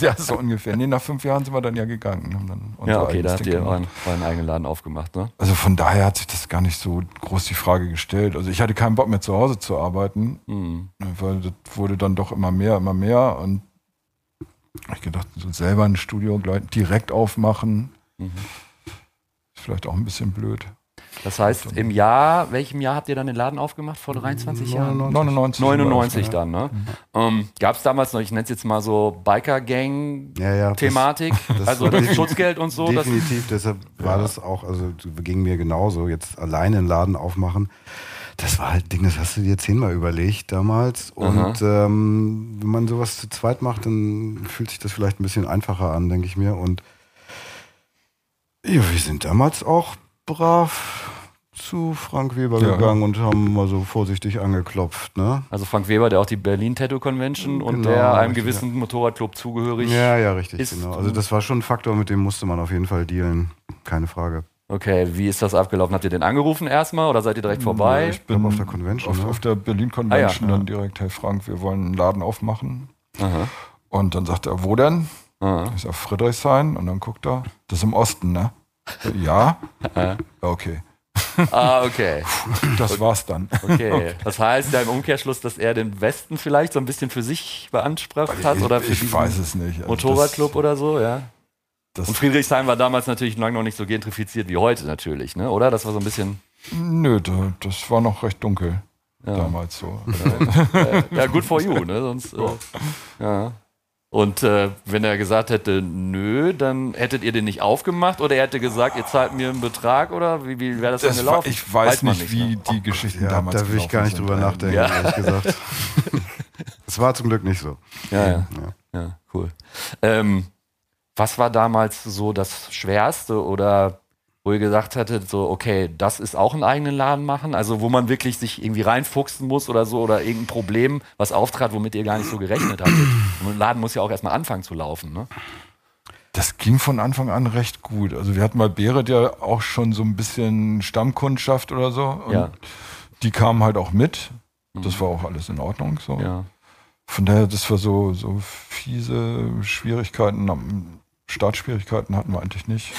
[SPEAKER 5] ja, so ungefähr. Nee, nach fünf Jahren sind wir dann ja gegangen. und Haben dann unser
[SPEAKER 3] Ja, okay,
[SPEAKER 5] eigenes
[SPEAKER 3] da habt
[SPEAKER 5] Ding
[SPEAKER 3] ihr
[SPEAKER 5] gemacht.
[SPEAKER 3] euren, euren eigenen Laden aufgemacht, ne?
[SPEAKER 5] Also von daher hat sich das gar nicht so groß die Frage gestellt. Also ich hatte keinen Bock mehr zu Hause zu arbeiten,
[SPEAKER 3] Mhm.
[SPEAKER 5] weil das wurde dann doch immer mehr, immer mehr. Und ich gedacht, so selber ein Studio gleich direkt aufmachen,
[SPEAKER 3] Mhm.
[SPEAKER 5] ist vielleicht auch ein bisschen blöd.
[SPEAKER 3] Das heißt, im Jahr, welchem Jahr habt ihr dann den Laden aufgemacht? Vor 23 Jahren?
[SPEAKER 5] 99.
[SPEAKER 3] 99 dann, ne? Ähm, gab es damals noch, ich nenne es jetzt mal so Biker-Gang-Thematik?
[SPEAKER 4] Ja, ja. das- das-
[SPEAKER 3] also das
[SPEAKER 4] defin-
[SPEAKER 3] Schutzgeld und so? Das,
[SPEAKER 4] Definitiv, deshalb war das auch, also ging mir genauso, jetzt alleine einen Laden aufmachen. Das war halt ein Ding, das hast du dir zehnmal überlegt damals. Und ähm, wenn man sowas zu zweit macht, dann fühlt sich das vielleicht ein bisschen einfacher an, denke ich mir. Und ja, wir sind damals auch brav zu Frank Weber
[SPEAKER 5] Ja.
[SPEAKER 4] gegangen und haben mal so vorsichtig angeklopft, ne?
[SPEAKER 3] also Frank Weber, der auch die Berlin-Tattoo-Convention und
[SPEAKER 4] Genau,
[SPEAKER 3] der einem
[SPEAKER 4] richtig,
[SPEAKER 3] gewissen Motorradclub zugehörig.
[SPEAKER 4] ja, ja, richtig,
[SPEAKER 3] ist-
[SPEAKER 4] genau. Also das war schon ein Faktor, mit dem musste man auf jeden Fall dealen. Keine Frage.
[SPEAKER 3] Okay, wie ist das abgelaufen? Habt ihr den angerufen erstmal oder seid ihr direkt vorbei?
[SPEAKER 5] Ich bin
[SPEAKER 4] auf der Convention,
[SPEAKER 5] Auf,
[SPEAKER 4] ne?
[SPEAKER 5] auf der Berlin Convention
[SPEAKER 3] Ah, ja.
[SPEAKER 5] dann direkt, hey Frank, wir wollen einen Laden aufmachen.
[SPEAKER 3] Aha.
[SPEAKER 5] Und dann sagt er, wo denn?
[SPEAKER 3] Aha.
[SPEAKER 5] Ich sag, Friedrichshain. Und dann guckt er, das ist im Osten, ne? Ja. ja okay.
[SPEAKER 3] Ah, okay.
[SPEAKER 5] Das war's dann.
[SPEAKER 3] okay. Das heißt ja im Umkehrschluss, dass er den Westen vielleicht so ein bisschen für sich beansprucht hat oder für
[SPEAKER 5] ich
[SPEAKER 3] diesen
[SPEAKER 5] weiß es nicht. Also
[SPEAKER 3] Motorradclub oder so, ja.
[SPEAKER 5] Das,
[SPEAKER 3] Und
[SPEAKER 5] das,
[SPEAKER 3] Friedrichshain war damals natürlich lange noch nicht so gentrifiziert wie heute natürlich, ne? Oder? Das war so ein bisschen.
[SPEAKER 5] nö, da- das war noch recht dunkel
[SPEAKER 3] Ja,
[SPEAKER 5] damals so.
[SPEAKER 3] Äh, ja good for you, ne? Sonst. Äh, ja. Und äh, wenn er gesagt hätte, nö, dann hättet ihr den nicht aufgemacht oder er hätte gesagt, ihr zahlt mir einen Betrag oder wie, wie wäre das,
[SPEAKER 5] Das
[SPEAKER 3] dann
[SPEAKER 5] war,
[SPEAKER 3] gelaufen?
[SPEAKER 5] ich weiß,
[SPEAKER 3] man
[SPEAKER 5] nicht, wie
[SPEAKER 3] ne?
[SPEAKER 5] die Geschichten
[SPEAKER 4] Ja,
[SPEAKER 5] damals
[SPEAKER 4] da will ich
[SPEAKER 5] gelaufen
[SPEAKER 4] gar nicht
[SPEAKER 5] sind.
[SPEAKER 4] drüber nachdenken,
[SPEAKER 3] Ja.
[SPEAKER 4] ehrlich gesagt. Es war zum Glück nicht so.
[SPEAKER 3] Ja, ja. Ja, cool. Ähm, was war damals so das Schwerste oder wo ihr gesagt hattet, so, okay, das ist auch einen eigenen Laden machen? Also, wo man wirklich sich irgendwie reinfuchsen muss oder so oder irgendein Problem, was auftrat, womit ihr gar nicht so gerechnet hattet. Und ein Laden muss ja auch erstmal anfangen zu laufen, ne?
[SPEAKER 5] Das ging von Anfang an recht gut. Also wir hatten mal Berit ja auch schon so ein bisschen Stammkundschaft oder so. Und
[SPEAKER 3] Ja.
[SPEAKER 5] die kamen halt auch mit.
[SPEAKER 4] Mhm.
[SPEAKER 5] Das war auch alles in Ordnung. So.
[SPEAKER 3] Ja.
[SPEAKER 5] Von daher, das war so, so fiese Schwierigkeiten. am- Startschwierigkeiten hatten wir eigentlich nicht.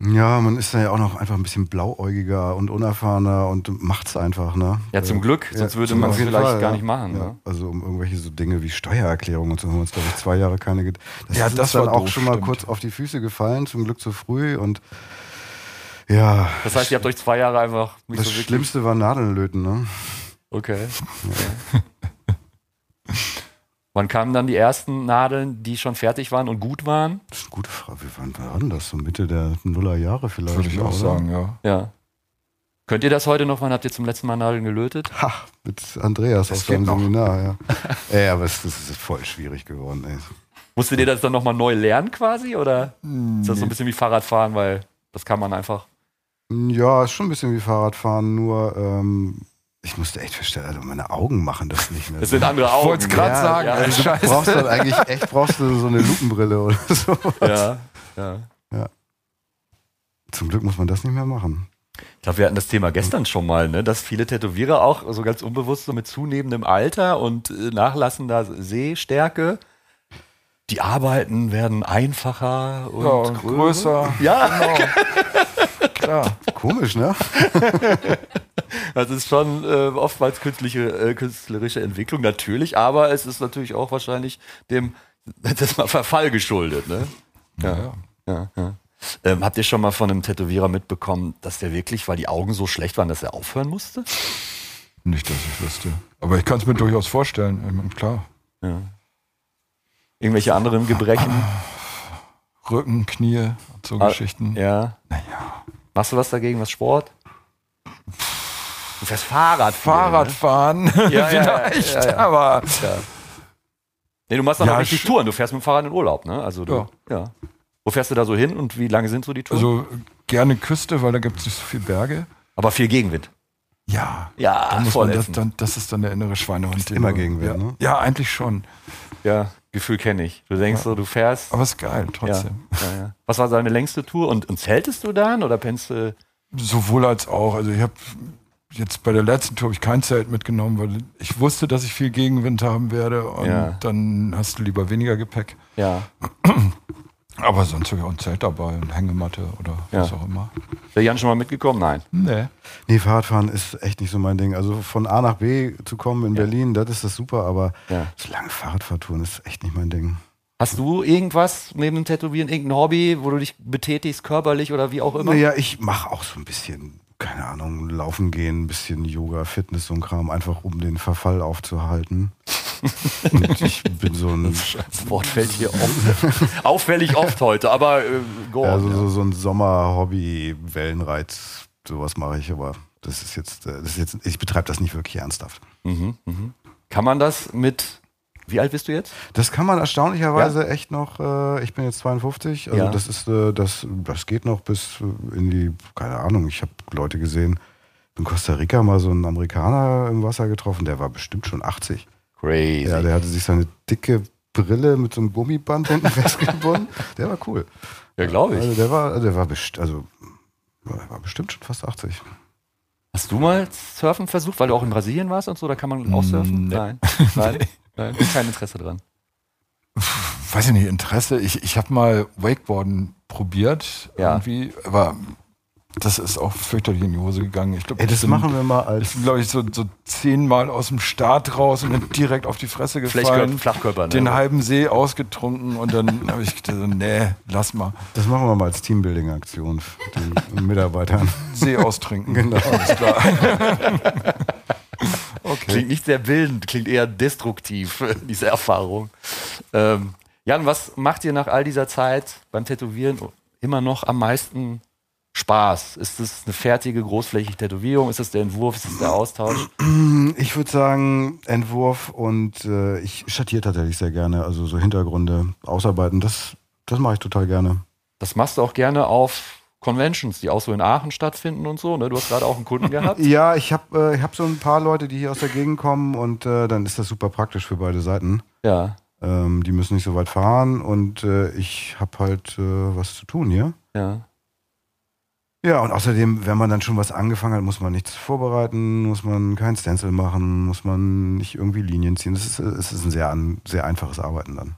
[SPEAKER 4] Ja, man ist da ja auch noch einfach ein bisschen blauäugiger und unerfahrener und macht's einfach, ne?
[SPEAKER 3] Ja, zum Glück, sonst würde man es
[SPEAKER 4] auf jeden
[SPEAKER 3] vielleicht
[SPEAKER 4] Fall,
[SPEAKER 3] gar
[SPEAKER 4] ja.
[SPEAKER 3] nicht machen.
[SPEAKER 4] Ja,
[SPEAKER 3] Ne?
[SPEAKER 4] Also um irgendwelche so Dinge wie Steuererklärung und so haben wir uns, glaube ich, zwei Jahre keine get Das
[SPEAKER 5] Ja,
[SPEAKER 4] ist
[SPEAKER 5] das
[SPEAKER 4] uns dann
[SPEAKER 5] war
[SPEAKER 4] auch
[SPEAKER 5] doof,
[SPEAKER 4] schon mal
[SPEAKER 5] stimmt.
[SPEAKER 4] kurz auf die Füße gefallen, zum Glück zu früh und ja.
[SPEAKER 3] Das heißt, ihr habt euch zwei Jahre einfach nicht
[SPEAKER 4] Das
[SPEAKER 3] so wirklich-
[SPEAKER 4] Schlimmste war Nadeln löten, ne?
[SPEAKER 3] Okay. Wann kamen dann die ersten Nadeln, die schon fertig waren und gut waren?
[SPEAKER 4] Das ist eine gute Frage. Wie wann war denn das? So Mitte der Nullerjahre vielleicht?
[SPEAKER 5] Würde ich auch
[SPEAKER 4] oder?
[SPEAKER 5] sagen, ja.
[SPEAKER 3] Ja. Könnt ihr das heute noch? Wann habt ihr zum letzten Mal Nadeln gelötet?
[SPEAKER 4] Ha, mit Andreas
[SPEAKER 5] Das
[SPEAKER 4] auf
[SPEAKER 5] geht
[SPEAKER 4] seinem
[SPEAKER 5] noch.
[SPEAKER 4] Seminar, ja. ey, aber es das ist voll schwierig geworden, ey.
[SPEAKER 3] Musstet ihr das dann nochmal neu lernen quasi? Oder ist das so ein bisschen wie Fahrradfahren, weil das kann man einfach.
[SPEAKER 4] Ja, ist schon ein bisschen wie Fahrradfahren, nur ähm, ich musste echt feststellen, also meine Augen machen das nicht mehr.
[SPEAKER 3] Es sind andere
[SPEAKER 5] Ich
[SPEAKER 3] Augen.
[SPEAKER 5] wollte es gerade
[SPEAKER 4] Ja,
[SPEAKER 5] sagen.
[SPEAKER 3] ja.
[SPEAKER 5] ey,
[SPEAKER 4] du
[SPEAKER 5] Scheiße.
[SPEAKER 4] brauchst dann eigentlich echt brauchst du so eine Lupenbrille oder so.
[SPEAKER 3] Ja. ja.
[SPEAKER 4] Zum Glück muss man das nicht mehr machen.
[SPEAKER 3] Ich glaube, wir hatten das Thema gestern schon mal, ne? dass viele Tätowierer auch so ganz unbewusst so mit zunehmendem Alter und äh, nachlassender Sehstärke die Arbeiten werden einfacher und
[SPEAKER 5] Ja, und
[SPEAKER 3] grö-
[SPEAKER 5] größer. Genau.
[SPEAKER 3] Ja,
[SPEAKER 5] Klar.
[SPEAKER 4] Komisch, ne?
[SPEAKER 3] das ist schon äh, oftmals künstliche, äh, künstlerische Entwicklung, natürlich, aber es ist natürlich auch wahrscheinlich dem das mal Verfall geschuldet. Ne?
[SPEAKER 5] Ja. ja.
[SPEAKER 3] Ja, ja. Ähm, habt ihr schon mal von einem Tätowierer mitbekommen, dass der wirklich, weil die Augen so schlecht waren, dass er aufhören musste?
[SPEAKER 5] Nicht, dass ich wüsste. Aber ich kann es mir durchaus vorstellen. Ich mein, klar.
[SPEAKER 3] Irgendwelche anderen Gebrechen?
[SPEAKER 5] Rücken, Knie, so Geschichten.
[SPEAKER 3] Ah, Ja.
[SPEAKER 5] Naja.
[SPEAKER 3] Machst du was dagegen, was Sport? Du fährst Fahrrad. viel, ne?
[SPEAKER 5] Fahrradfahren
[SPEAKER 3] Ja, ja, ja,
[SPEAKER 5] vielleicht,
[SPEAKER 3] ja, ja.
[SPEAKER 5] aber
[SPEAKER 3] Nee, du machst dann
[SPEAKER 5] Ja,
[SPEAKER 3] auch richtig
[SPEAKER 5] sch-
[SPEAKER 3] Touren. Du fährst mit dem Fahrrad in Urlaub, ne? Also du, ja.
[SPEAKER 5] Ja.
[SPEAKER 3] Wo fährst du da so hin und wie lange sind so die Touren?
[SPEAKER 5] also gerne Küste, weil da gibt es nicht so viele Berge.
[SPEAKER 3] Aber viel Gegenwind.
[SPEAKER 5] Ja,
[SPEAKER 3] Ja,
[SPEAKER 5] da muss
[SPEAKER 3] voll
[SPEAKER 5] man das,
[SPEAKER 3] essen.
[SPEAKER 5] dann, das ist dann der innere Schweinehund. den
[SPEAKER 4] immer
[SPEAKER 5] du-
[SPEAKER 4] gegen wer,
[SPEAKER 5] ja,
[SPEAKER 4] ne?
[SPEAKER 5] ja, eigentlich schon.
[SPEAKER 3] Ja, Gefühl kenne ich. Du denkst so, du fährst.
[SPEAKER 5] Aber ist geil trotzdem.
[SPEAKER 3] Ja, ja. Was war deine längste Tour? Und, und zeltest du dann oder pennst du?
[SPEAKER 5] Sowohl als auch. Also ich habe jetzt bei der letzten Tour habe ich kein Zelt mitgenommen, weil ich wusste, dass ich viel Gegenwind haben werde und
[SPEAKER 3] Ja.
[SPEAKER 5] dann hast du lieber weniger Gepäck.
[SPEAKER 3] Ja.
[SPEAKER 5] Aber sonst habe ich auch ein Zelt dabei und Hängematte oder was
[SPEAKER 3] Ja.
[SPEAKER 5] auch immer.
[SPEAKER 3] Ist Der Jan schon mal mitgekommen? Nein.
[SPEAKER 5] Nee.
[SPEAKER 4] Nee, Fahrradfahren ist echt nicht so mein Ding. Also von A nach B zu kommen in Berlin, das ist das super, aber
[SPEAKER 3] Ja.
[SPEAKER 4] so lange Fahrradfahrtouren ist echt nicht mein Ding.
[SPEAKER 3] Hast du irgendwas neben dem Tätowieren, irgendein Hobby, wo du dich betätigst, körperlich oder wie auch immer?
[SPEAKER 4] Naja, ich mache auch so ein bisschen, keine Ahnung, laufen gehen, ein bisschen Yoga, Fitness, so ein Kram, einfach um den Verfall aufzuhalten. Und ich bin so ein,
[SPEAKER 3] Das Wort fällt hier oft, auffällig oft heute, aber äh, go on.
[SPEAKER 4] also so, so ein Sommer-Hobby-Wellenreiz, sowas mache ich, aber das ist jetzt, äh, das ist jetzt ich betreibe das nicht wirklich ernsthaft.
[SPEAKER 3] Mhm, mhm. Kann man das mit, wie alt bist du jetzt?
[SPEAKER 4] Das kann man erstaunlicherweise echt noch, äh, ich bin jetzt 52, also
[SPEAKER 3] Ja.
[SPEAKER 4] das ist, äh, das, das geht noch bis äh, in die, keine Ahnung, ich habe Leute gesehen, in Costa Rica mal so einen Amerikaner im Wasser getroffen, der war bestimmt schon 80.
[SPEAKER 3] Crazy.
[SPEAKER 4] Ja, der hatte sich seine dicke Brille mit so einem Gummiband hinten festgebunden. Der war cool.
[SPEAKER 3] Ja, glaube ich.
[SPEAKER 4] Also der war, der war bestimmt, also der war bestimmt schon fast 80.
[SPEAKER 3] Hast du mal Surfen versucht, weil du auch in Brasilien warst und so? Da kann man auch surfen?
[SPEAKER 5] nee.
[SPEAKER 3] Nein. Nein. Nein. Kein Interesse dran.
[SPEAKER 5] weiß ich nicht, Interesse. Ich, ich habe mal Wakeboarden probiert,
[SPEAKER 3] Ja.
[SPEAKER 5] irgendwie, aber das ist auch fürchterlich in die Hose gegangen. Ich glaube,
[SPEAKER 4] Ey, das machen wir mal
[SPEAKER 5] Ich
[SPEAKER 4] als.
[SPEAKER 5] bin, glaube ich, so, so zehnmal aus dem Start raus und bin direkt auf die Fresse
[SPEAKER 3] Flachkörper,
[SPEAKER 5] gefallen.
[SPEAKER 3] Flachkörper ne?
[SPEAKER 5] Den halben See ausgetrunken und dann habe ich gedacht, so, nee, lass mal.
[SPEAKER 4] Das machen wir mal als Teambuilding-Aktion den Mitarbeitern.
[SPEAKER 5] See austrinken. genau. Alles klar.
[SPEAKER 3] Klingt nicht sehr bildend, klingt eher destruktiv, diese Erfahrung. Ähm, Jan, was macht dir nach all dieser Zeit beim Tätowieren immer noch am meisten Spaß? Ist es eine fertige, großflächige Tätowierung? Ist es der Entwurf? Ist es der Austausch?
[SPEAKER 4] Ich würde sagen, Entwurf und äh, ich schattiere tatsächlich sehr gerne. Also so Hintergründe, Ausarbeiten, das, das mache ich total gerne.
[SPEAKER 3] Das machst du auch gerne auf Conventions, die auch so in Aachen stattfinden und so. Ne? Du hast gerade auch einen Kunden gehabt.
[SPEAKER 4] Ja, ich habe äh, ich hab so ein paar Leute, die hier aus der Gegend kommen und äh, dann ist das super praktisch für beide Seiten.
[SPEAKER 3] Ja,
[SPEAKER 4] Ähm, die müssen nicht so weit fahren und äh, ich habe halt äh, was zu tun hier.
[SPEAKER 3] ja.
[SPEAKER 4] Ja, und außerdem, wenn man dann schon was angefangen hat, muss man nichts vorbereiten, muss man kein Stencil machen, muss man nicht irgendwie Linien ziehen. Das ist, äh, es ist ein sehr, an, sehr einfaches Arbeiten dann.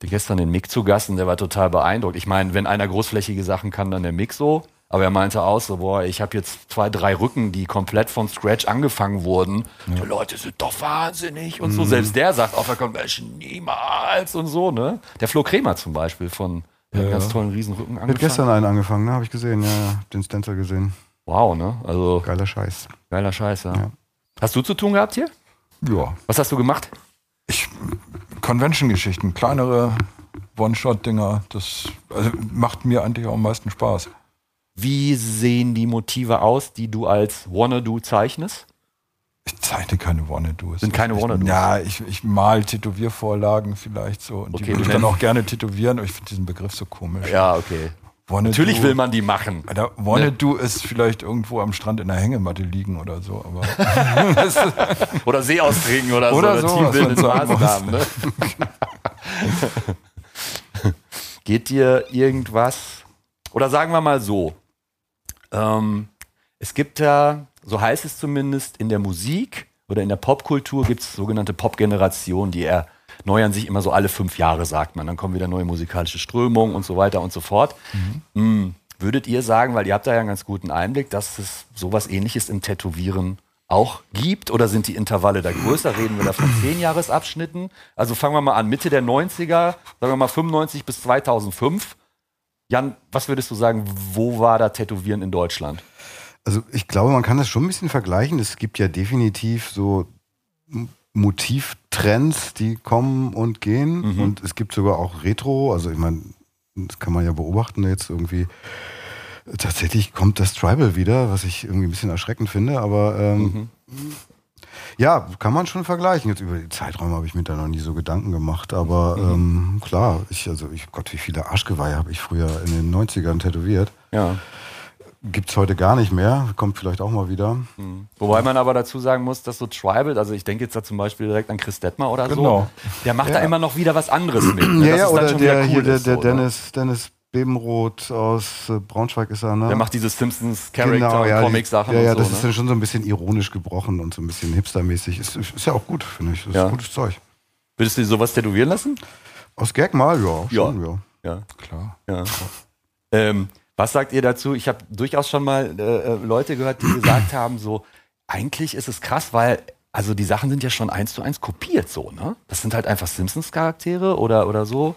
[SPEAKER 3] Ich hatte gestern den Mick zu Gast und der war total beeindruckt. Ich meine, wenn einer großflächige Sachen kann, dann der Mick so. Aber er meinte auch so, boah, ich habe jetzt zwei, drei Rücken, die komplett von Scratch angefangen wurden. Die Leute sind doch wahnsinnig und so. Selbst der sagt auf der Convention "Äh, niemals und so, ne? Der Flo Kremer zum Beispiel von der hat
[SPEAKER 5] Ja,
[SPEAKER 3] ganz
[SPEAKER 5] ja.
[SPEAKER 3] tollen Riesenrücken
[SPEAKER 4] Ich habe
[SPEAKER 3] angefangen.
[SPEAKER 4] gestern einen angefangen, ne? Habe ich gesehen, ja, ja. Hab Den Stencil gesehen.
[SPEAKER 3] Wow, ne? Also
[SPEAKER 4] Geiler Scheiß.
[SPEAKER 3] geiler Scheiß, ja.
[SPEAKER 4] Ja.
[SPEAKER 3] Hast du zu tun gehabt hier?
[SPEAKER 5] Ja.
[SPEAKER 3] Was hast du gemacht?
[SPEAKER 5] Ich, Convention-Geschichten, kleinere One-Shot-Dinger, das also, macht mir eigentlich auch am meisten Spaß.
[SPEAKER 3] Wie sehen die Motive aus, die du als Wanna-Do zeichnest?
[SPEAKER 5] Ich zeichne keine Wannadoos.
[SPEAKER 3] Sind keine
[SPEAKER 5] Ich-
[SPEAKER 3] Wannadoos?
[SPEAKER 5] Ja, ich, ich mal Tätowiervorlagen vielleicht so. Und
[SPEAKER 3] Okay,
[SPEAKER 5] die würde
[SPEAKER 3] du
[SPEAKER 5] ich dann
[SPEAKER 3] nennst-
[SPEAKER 5] auch gerne tätowieren, aber ich finde diesen Begriff so komisch.
[SPEAKER 3] Ja, okay.
[SPEAKER 5] Wannado-
[SPEAKER 3] Natürlich will man die machen.
[SPEAKER 5] Alter, Wannado ist vielleicht irgendwo am Strand in der Hängematte liegen oder so, aber
[SPEAKER 3] Oder See austrinken oder,
[SPEAKER 5] Oder
[SPEAKER 3] so.
[SPEAKER 5] so,
[SPEAKER 3] Oder
[SPEAKER 5] was man
[SPEAKER 3] teambildende
[SPEAKER 5] sagen muss.
[SPEAKER 3] Maßnahmen. Ne? Geht dir irgendwas? Oder sagen wir mal so. Ähm, es gibt ja, so heißt es zumindest, in der Musik oder in der Popkultur gibt es sogenannte Popgenerationen, die eher neu an sich immer so alle fünf Jahre, sagt man. Dann kommen wieder neue musikalische Strömungen und so weiter und so fort. Hm, würdet ihr sagen, weil ihr habt da ja einen ganz guten Einblick, dass es sowas ähnliches im Tätowieren auch gibt? Oder sind die Intervalle da größer? Reden wir da von 10 Jahresabschnitten? Also fangen wir mal an, Mitte der 90er, sagen wir mal 95 bis 2005. Jan, was würdest du sagen, wo war da Tätowieren in Deutschland?
[SPEAKER 4] Also ich glaube, man kann das schon ein bisschen vergleichen. Es gibt ja definitiv so M- Motivtrends, die kommen und gehen.
[SPEAKER 3] Mhm.
[SPEAKER 4] Und es gibt sogar auch Retro. Also ich meine, das kann man ja beobachten jetzt irgendwie. Tatsächlich kommt das Tribal wieder, was ich irgendwie ein bisschen erschreckend finde. Aber ähm, ja, kann man schon vergleichen. Jetzt über die Zeiträume habe ich mir da noch nie so Gedanken gemacht. Aber ähm, klar, ich, also ich, Gott, wie viele Arschgeweihe habe ich früher in den 90ern tätowiert.
[SPEAKER 3] Ja.
[SPEAKER 4] Gibt's heute gar nicht mehr. Kommt vielleicht auch mal wieder.
[SPEAKER 3] Wobei man aber dazu sagen muss, dass so Tribal, also ich denke jetzt da zum Beispiel direkt an Chris Detmer oder
[SPEAKER 5] Genau.
[SPEAKER 3] so, der macht da
[SPEAKER 4] Ja.
[SPEAKER 3] immer noch wieder was anderes mit. ne?
[SPEAKER 4] Ja,
[SPEAKER 3] Das
[SPEAKER 4] ja,
[SPEAKER 3] ist dann
[SPEAKER 4] oder
[SPEAKER 3] schon
[SPEAKER 4] der,
[SPEAKER 3] wieder cool
[SPEAKER 4] hier, der,
[SPEAKER 3] ist,
[SPEAKER 4] der
[SPEAKER 3] so, ne?
[SPEAKER 4] Dennis, Dennis Bebenroth aus äh, Braunschweig ist er, ne?
[SPEAKER 3] Der macht diese Simpsons Character und
[SPEAKER 4] Genau, ja, die-
[SPEAKER 3] Comic-Sachen
[SPEAKER 4] Ja, ja,
[SPEAKER 3] und
[SPEAKER 4] das
[SPEAKER 3] so.
[SPEAKER 4] ist
[SPEAKER 3] ne?
[SPEAKER 4] dann schon so ein bisschen ironisch gebrochen und so ein bisschen hipstermäßig. Ist, ist ja auch gut, finde ich. Ist
[SPEAKER 3] Ja.
[SPEAKER 4] gutes Zeug.
[SPEAKER 3] Würdest du dir sowas tätowieren lassen?
[SPEAKER 4] Aus Gag mal, ja. Schon, ja.
[SPEAKER 3] Ja.
[SPEAKER 5] Klar.
[SPEAKER 3] Ja. ähm, was sagt ihr dazu? Ich habe durchaus schon mal äh, äh, Leute gehört, die gesagt haben, so, eigentlich ist es krass, weil, also die Sachen sind ja schon eins zu eins kopiert, so, ne? Das sind halt einfach Simpsons-Charaktere oder, oder so.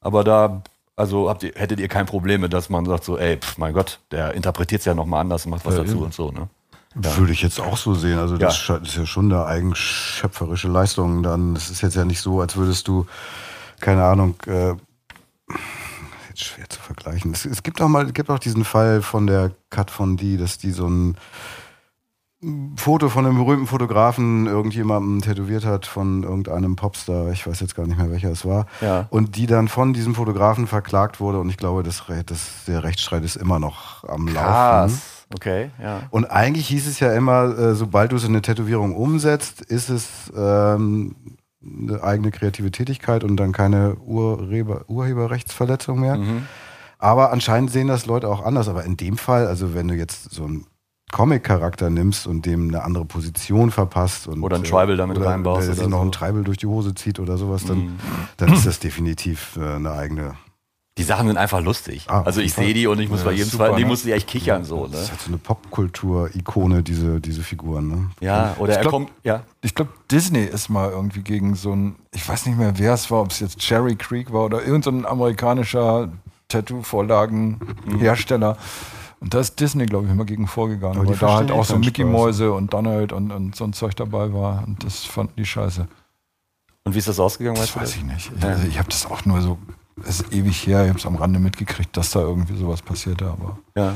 [SPEAKER 3] Aber da, also habt ihr, hättet ihr kein Problem mit, dass man sagt, so, ey, pf, mein Gott, der interpretiert es ja nochmal anders und macht was
[SPEAKER 4] Ja,
[SPEAKER 3] dazu
[SPEAKER 4] eben.
[SPEAKER 3] und so, ne?
[SPEAKER 4] Würde ich jetzt auch so sehen. Also das
[SPEAKER 3] Ja.
[SPEAKER 4] sche- ist ja schon eine eigenschöpferische Leistung. Dann es ist jetzt ja nicht so, als würdest du, keine Ahnung, äh, jetzt schwer zu vergleichen. Es, es gibt auch mal, gibt auch diesen Fall von der Kat von D, dass die so ein Foto von einem berühmten Fotografen irgendjemandem tätowiert hat von irgendeinem Popstar, ich weiß jetzt gar nicht mehr welcher es war,
[SPEAKER 3] Ja.
[SPEAKER 4] und die dann von diesem Fotografen verklagt wurde und ich glaube, das, Re- das, der Rechtsstreit ist immer noch am Laufen.
[SPEAKER 3] Krass. Okay, ja.
[SPEAKER 4] Und eigentlich hieß es ja immer, äh, sobald du es in eine Tätowierung umsetzt, ist es ähm, eine eigene kreative Tätigkeit und dann keine Urheber, Urheberrechtsverletzung mehr.
[SPEAKER 3] Mhm.
[SPEAKER 4] Aber anscheinend sehen das Leute auch anders. Aber in dem Fall, also wenn du jetzt so einen Comic-Charakter nimmst und dem eine andere Position verpasst und
[SPEAKER 3] Oder ein
[SPEAKER 4] äh,
[SPEAKER 3] Tribal damit
[SPEAKER 4] oder,
[SPEAKER 3] reinbaust
[SPEAKER 4] Oder sich
[SPEAKER 3] oder
[SPEAKER 4] noch
[SPEAKER 3] so. Mhm.
[SPEAKER 4] ein Tribal durch die Hose zieht oder sowas, dann, dann ist das definitiv äh, eine eigene.
[SPEAKER 3] Die Sachen sind einfach lustig.
[SPEAKER 4] Ah, auf
[SPEAKER 3] also ich
[SPEAKER 4] jeden Fall.
[SPEAKER 3] sehe die und ich muss
[SPEAKER 5] Ja,
[SPEAKER 3] bei
[SPEAKER 5] das
[SPEAKER 3] jedem
[SPEAKER 5] ist super,
[SPEAKER 3] zweiten, die
[SPEAKER 5] ne?
[SPEAKER 3] muss ich echt kichern, so,
[SPEAKER 4] Das
[SPEAKER 3] ne?
[SPEAKER 4] ist halt so eine Popkultur-Ikone, diese, diese Figuren. Ne?
[SPEAKER 3] Ja, oder
[SPEAKER 5] Ich
[SPEAKER 3] er
[SPEAKER 5] glaub-
[SPEAKER 3] kommt, ja.
[SPEAKER 5] ich glaube, Disney ist mal irgendwie gegen so ein, ich weiß nicht mehr, wer es war, ob es jetzt Cherry Creek war oder irgendein so ein amerikanischer Tattoo-Vorlagenhersteller. Und da ist Disney, glaube ich, immer gegen vorgegangen,
[SPEAKER 4] Aber die
[SPEAKER 5] weil da halt
[SPEAKER 4] verstehen
[SPEAKER 5] auch so
[SPEAKER 4] keinen Spaß.
[SPEAKER 5] Mickey-Mäuse und Donald und, und so ein Zeug dabei war. Und das fanden die scheiße.
[SPEAKER 3] Und wie ist das ausgegangen? weißt
[SPEAKER 5] Das
[SPEAKER 3] du
[SPEAKER 5] weiß
[SPEAKER 3] das?
[SPEAKER 5] ich nicht. Ich, also ich habe das auch nur so, es ist ewig her, ich habe es am Rande mitgekriegt, dass da irgendwie sowas passierte, aber
[SPEAKER 3] Ja.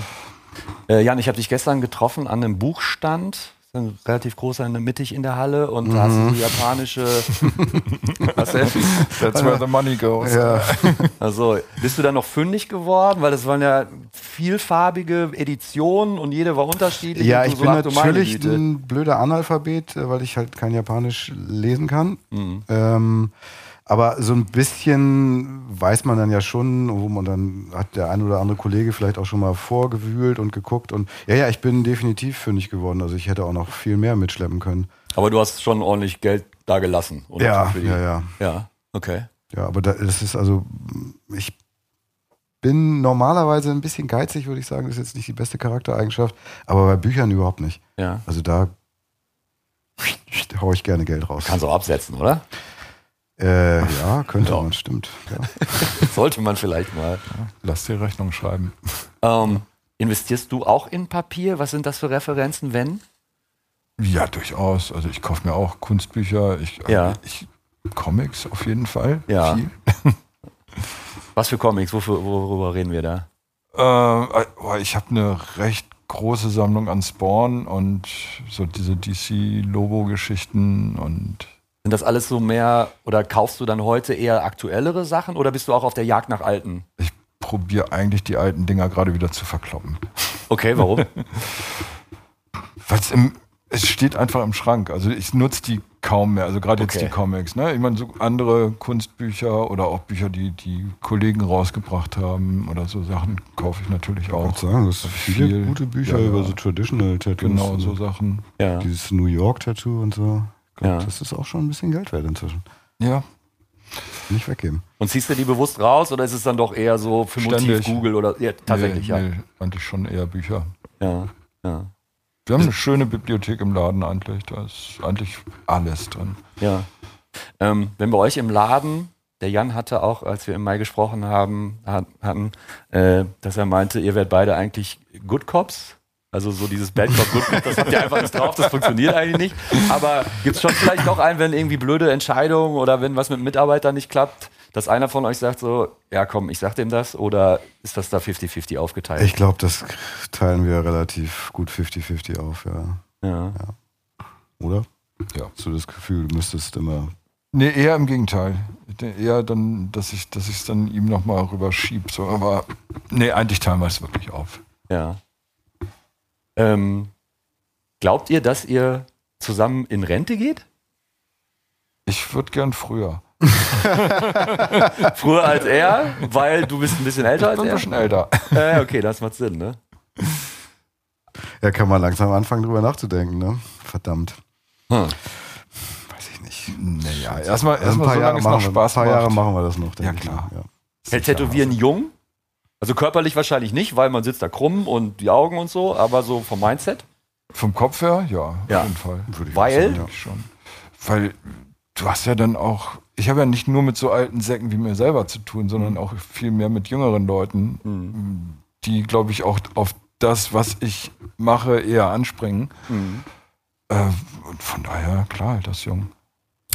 [SPEAKER 3] Äh, Jan, ich habe dich gestern getroffen an einem Buchstand. Ein relativ großer, in der- mittig in der Halle. Und da hast du
[SPEAKER 4] Mhm.
[SPEAKER 3] die japanische. Was denn?
[SPEAKER 5] that's where the money goes.
[SPEAKER 4] Ja.
[SPEAKER 3] Also, bist du dann noch fündig geworden? Weil das waren ja vielfarbige Editionen und jede war unterschiedlich.
[SPEAKER 4] Ja,
[SPEAKER 3] Und du
[SPEAKER 4] ich
[SPEAKER 3] so,
[SPEAKER 4] bin
[SPEAKER 3] ach du meine
[SPEAKER 4] natürlich
[SPEAKER 3] Güte.
[SPEAKER 4] ein blöder Analphabet, äh, weil ich halt kein Japanisch lesen kann.
[SPEAKER 3] Mhm.
[SPEAKER 4] Ähm, aber so ein bisschen weiß man dann ja schon, wo man dann hat der ein oder andere Kollege vielleicht auch schon mal vorgewühlt und geguckt. Und ja, ja, ich bin definitiv fündig geworden. Also ich hätte auch noch viel mehr mitschleppen können.
[SPEAKER 3] Aber du hast schon ordentlich Geld da gelassen. oder?
[SPEAKER 4] Ja,
[SPEAKER 3] Für die-
[SPEAKER 4] ja, ja.
[SPEAKER 3] Ja, okay.
[SPEAKER 4] Ja, aber da, das ist also, ich bin normalerweise ein bisschen geizig, würde ich sagen. Das ist jetzt nicht die beste Charaktereigenschaft, aber bei Büchern überhaupt nicht.
[SPEAKER 3] Ja.
[SPEAKER 4] Also da hau ich gerne Geld raus.
[SPEAKER 3] Kannst du auch absetzen, oder?
[SPEAKER 4] Äh, ja, könnte man, stimmt. Ja.
[SPEAKER 3] Sollte man vielleicht mal.
[SPEAKER 5] Lass dir Rechnung schreiben.
[SPEAKER 3] Ähm, investierst du auch in Papier? Was sind das für Referenzen, wenn?
[SPEAKER 5] Ja, durchaus. Also ich kaufe mir auch Kunstbücher, ich, also
[SPEAKER 3] Ja.
[SPEAKER 5] ich Comics auf jeden Fall.
[SPEAKER 3] Ja.
[SPEAKER 5] Viel.
[SPEAKER 3] Was für Comics? Wofür, worüber reden wir da?
[SPEAKER 5] Äh, äh, oh, ich habe eine recht große Sammlung an Spawn und so diese DC-Lobo-Geschichten und
[SPEAKER 3] Sind das alles so mehr oder kaufst du dann heute eher aktuellere Sachen oder bist du auch auf der Jagd nach alten?
[SPEAKER 5] ich probiere eigentlich die alten Dinger gerade wieder zu verkloppen.
[SPEAKER 3] Okay, warum?
[SPEAKER 5] Weil's im, es steht einfach im Schrank. Also ich nutze die kaum mehr. Also gerade jetzt
[SPEAKER 3] Okay.
[SPEAKER 5] die Comics. Ne? Ich meine, so andere Kunstbücher oder auch Bücher, die die Kollegen rausgebracht haben oder so Sachen kaufe ich natürlich
[SPEAKER 4] Ich
[SPEAKER 5] auch.
[SPEAKER 4] würde sagen, das sind viele
[SPEAKER 5] Viel.
[SPEAKER 4] gute Bücher
[SPEAKER 5] Ja, ja.
[SPEAKER 4] über so Traditional Tattoos.
[SPEAKER 3] ne?
[SPEAKER 5] Genau, so
[SPEAKER 4] Also
[SPEAKER 5] Sachen.
[SPEAKER 3] ja.
[SPEAKER 4] Dieses New York Tattoo und so. Ich glaub,
[SPEAKER 3] Ja.
[SPEAKER 4] Das ist auch schon ein bisschen Geld wert inzwischen.
[SPEAKER 5] Ja,
[SPEAKER 4] Nicht weggeben.
[SPEAKER 3] Und ziehst du die bewusst raus oder ist es dann doch eher so für Motiv
[SPEAKER 5] Ständig.
[SPEAKER 3] Google oder ja, tatsächlich
[SPEAKER 5] nee, Nee, eigentlich schon eher Bücher.
[SPEAKER 3] ja. ja. Ja.
[SPEAKER 5] Wir haben eine schöne Bibliothek im Laden eigentlich. Da ist eigentlich alles drin.
[SPEAKER 3] Ja. Ähm, wenn bei euch im Laden, der Jan hatte auch, als wir im Mai gesprochen haben, hat, hatten, äh, dass er meinte, ihr werdet beide eigentlich Good Cops. Also so dieses Bad Cop, Good Cop, das habt ihr einfach nicht drauf, das funktioniert eigentlich nicht. Aber gibt es schon vielleicht doch einen, wenn irgendwie blöde Entscheidungen oder wenn was mit Mitarbeitern nicht klappt, dass einer von euch sagt so, ja komm, ich sag dem das oder ist das da 50-50 aufgeteilt?
[SPEAKER 4] Ich glaube, das teilen wir relativ gut 50-50 auf, ja.
[SPEAKER 3] Ja.
[SPEAKER 4] Oder?
[SPEAKER 5] Ja.
[SPEAKER 4] Hast du das Gefühl, du müsstest immer.
[SPEAKER 5] Nee, eher im Gegenteil. Eher dann, dass ich es dann ihm nochmal rüberschieb. So, aber nee, eigentlich teilen wir es wirklich auf.
[SPEAKER 3] Ja. Ähm, glaubt ihr, dass ihr zusammen in Rente geht?
[SPEAKER 5] Ich würde gern früher.
[SPEAKER 3] Früher als er, weil du bist ein bisschen älter als
[SPEAKER 5] Ich bin ein
[SPEAKER 3] er.
[SPEAKER 5] bisschen älter.
[SPEAKER 3] Äh, okay, das macht Sinn, ne?
[SPEAKER 4] Ja, kann man langsam anfangen, drüber nachzudenken, ne? Verdammt.
[SPEAKER 3] Hm.
[SPEAKER 4] Weiß ich nicht.
[SPEAKER 5] Naja, erstmal
[SPEAKER 4] Also ein
[SPEAKER 5] erstmal
[SPEAKER 4] paar Jahre
[SPEAKER 5] so lange es noch
[SPEAKER 4] machen wir-
[SPEAKER 5] Spaß
[SPEAKER 4] Ein paar Jahre
[SPEAKER 5] macht.
[SPEAKER 4] machen wir das noch,
[SPEAKER 5] Ja,
[SPEAKER 4] denke
[SPEAKER 5] klar.
[SPEAKER 4] ich. Ja.
[SPEAKER 3] Hält Tätowieren jung? Also körperlich wahrscheinlich nicht, weil man sitzt da krumm und die Augen und so, aber so vom Mindset.
[SPEAKER 5] Vom Kopf her, ja,
[SPEAKER 3] Ja.
[SPEAKER 5] auf jeden Fall.
[SPEAKER 4] Würde ich
[SPEAKER 3] Weil?
[SPEAKER 4] auch sagen,
[SPEAKER 5] Eigentlich schon. Weil du hast ja dann auch, ich habe ja nicht nur mit so alten Säcken wie mir selber zu tun,
[SPEAKER 3] Mhm.
[SPEAKER 5] sondern auch viel mehr mit jüngeren Leuten, die, glaube ich, auch auf das, was ich mache, eher anspringen.
[SPEAKER 3] Hm.
[SPEAKER 5] Äh, und von daher, klar, das ist jung.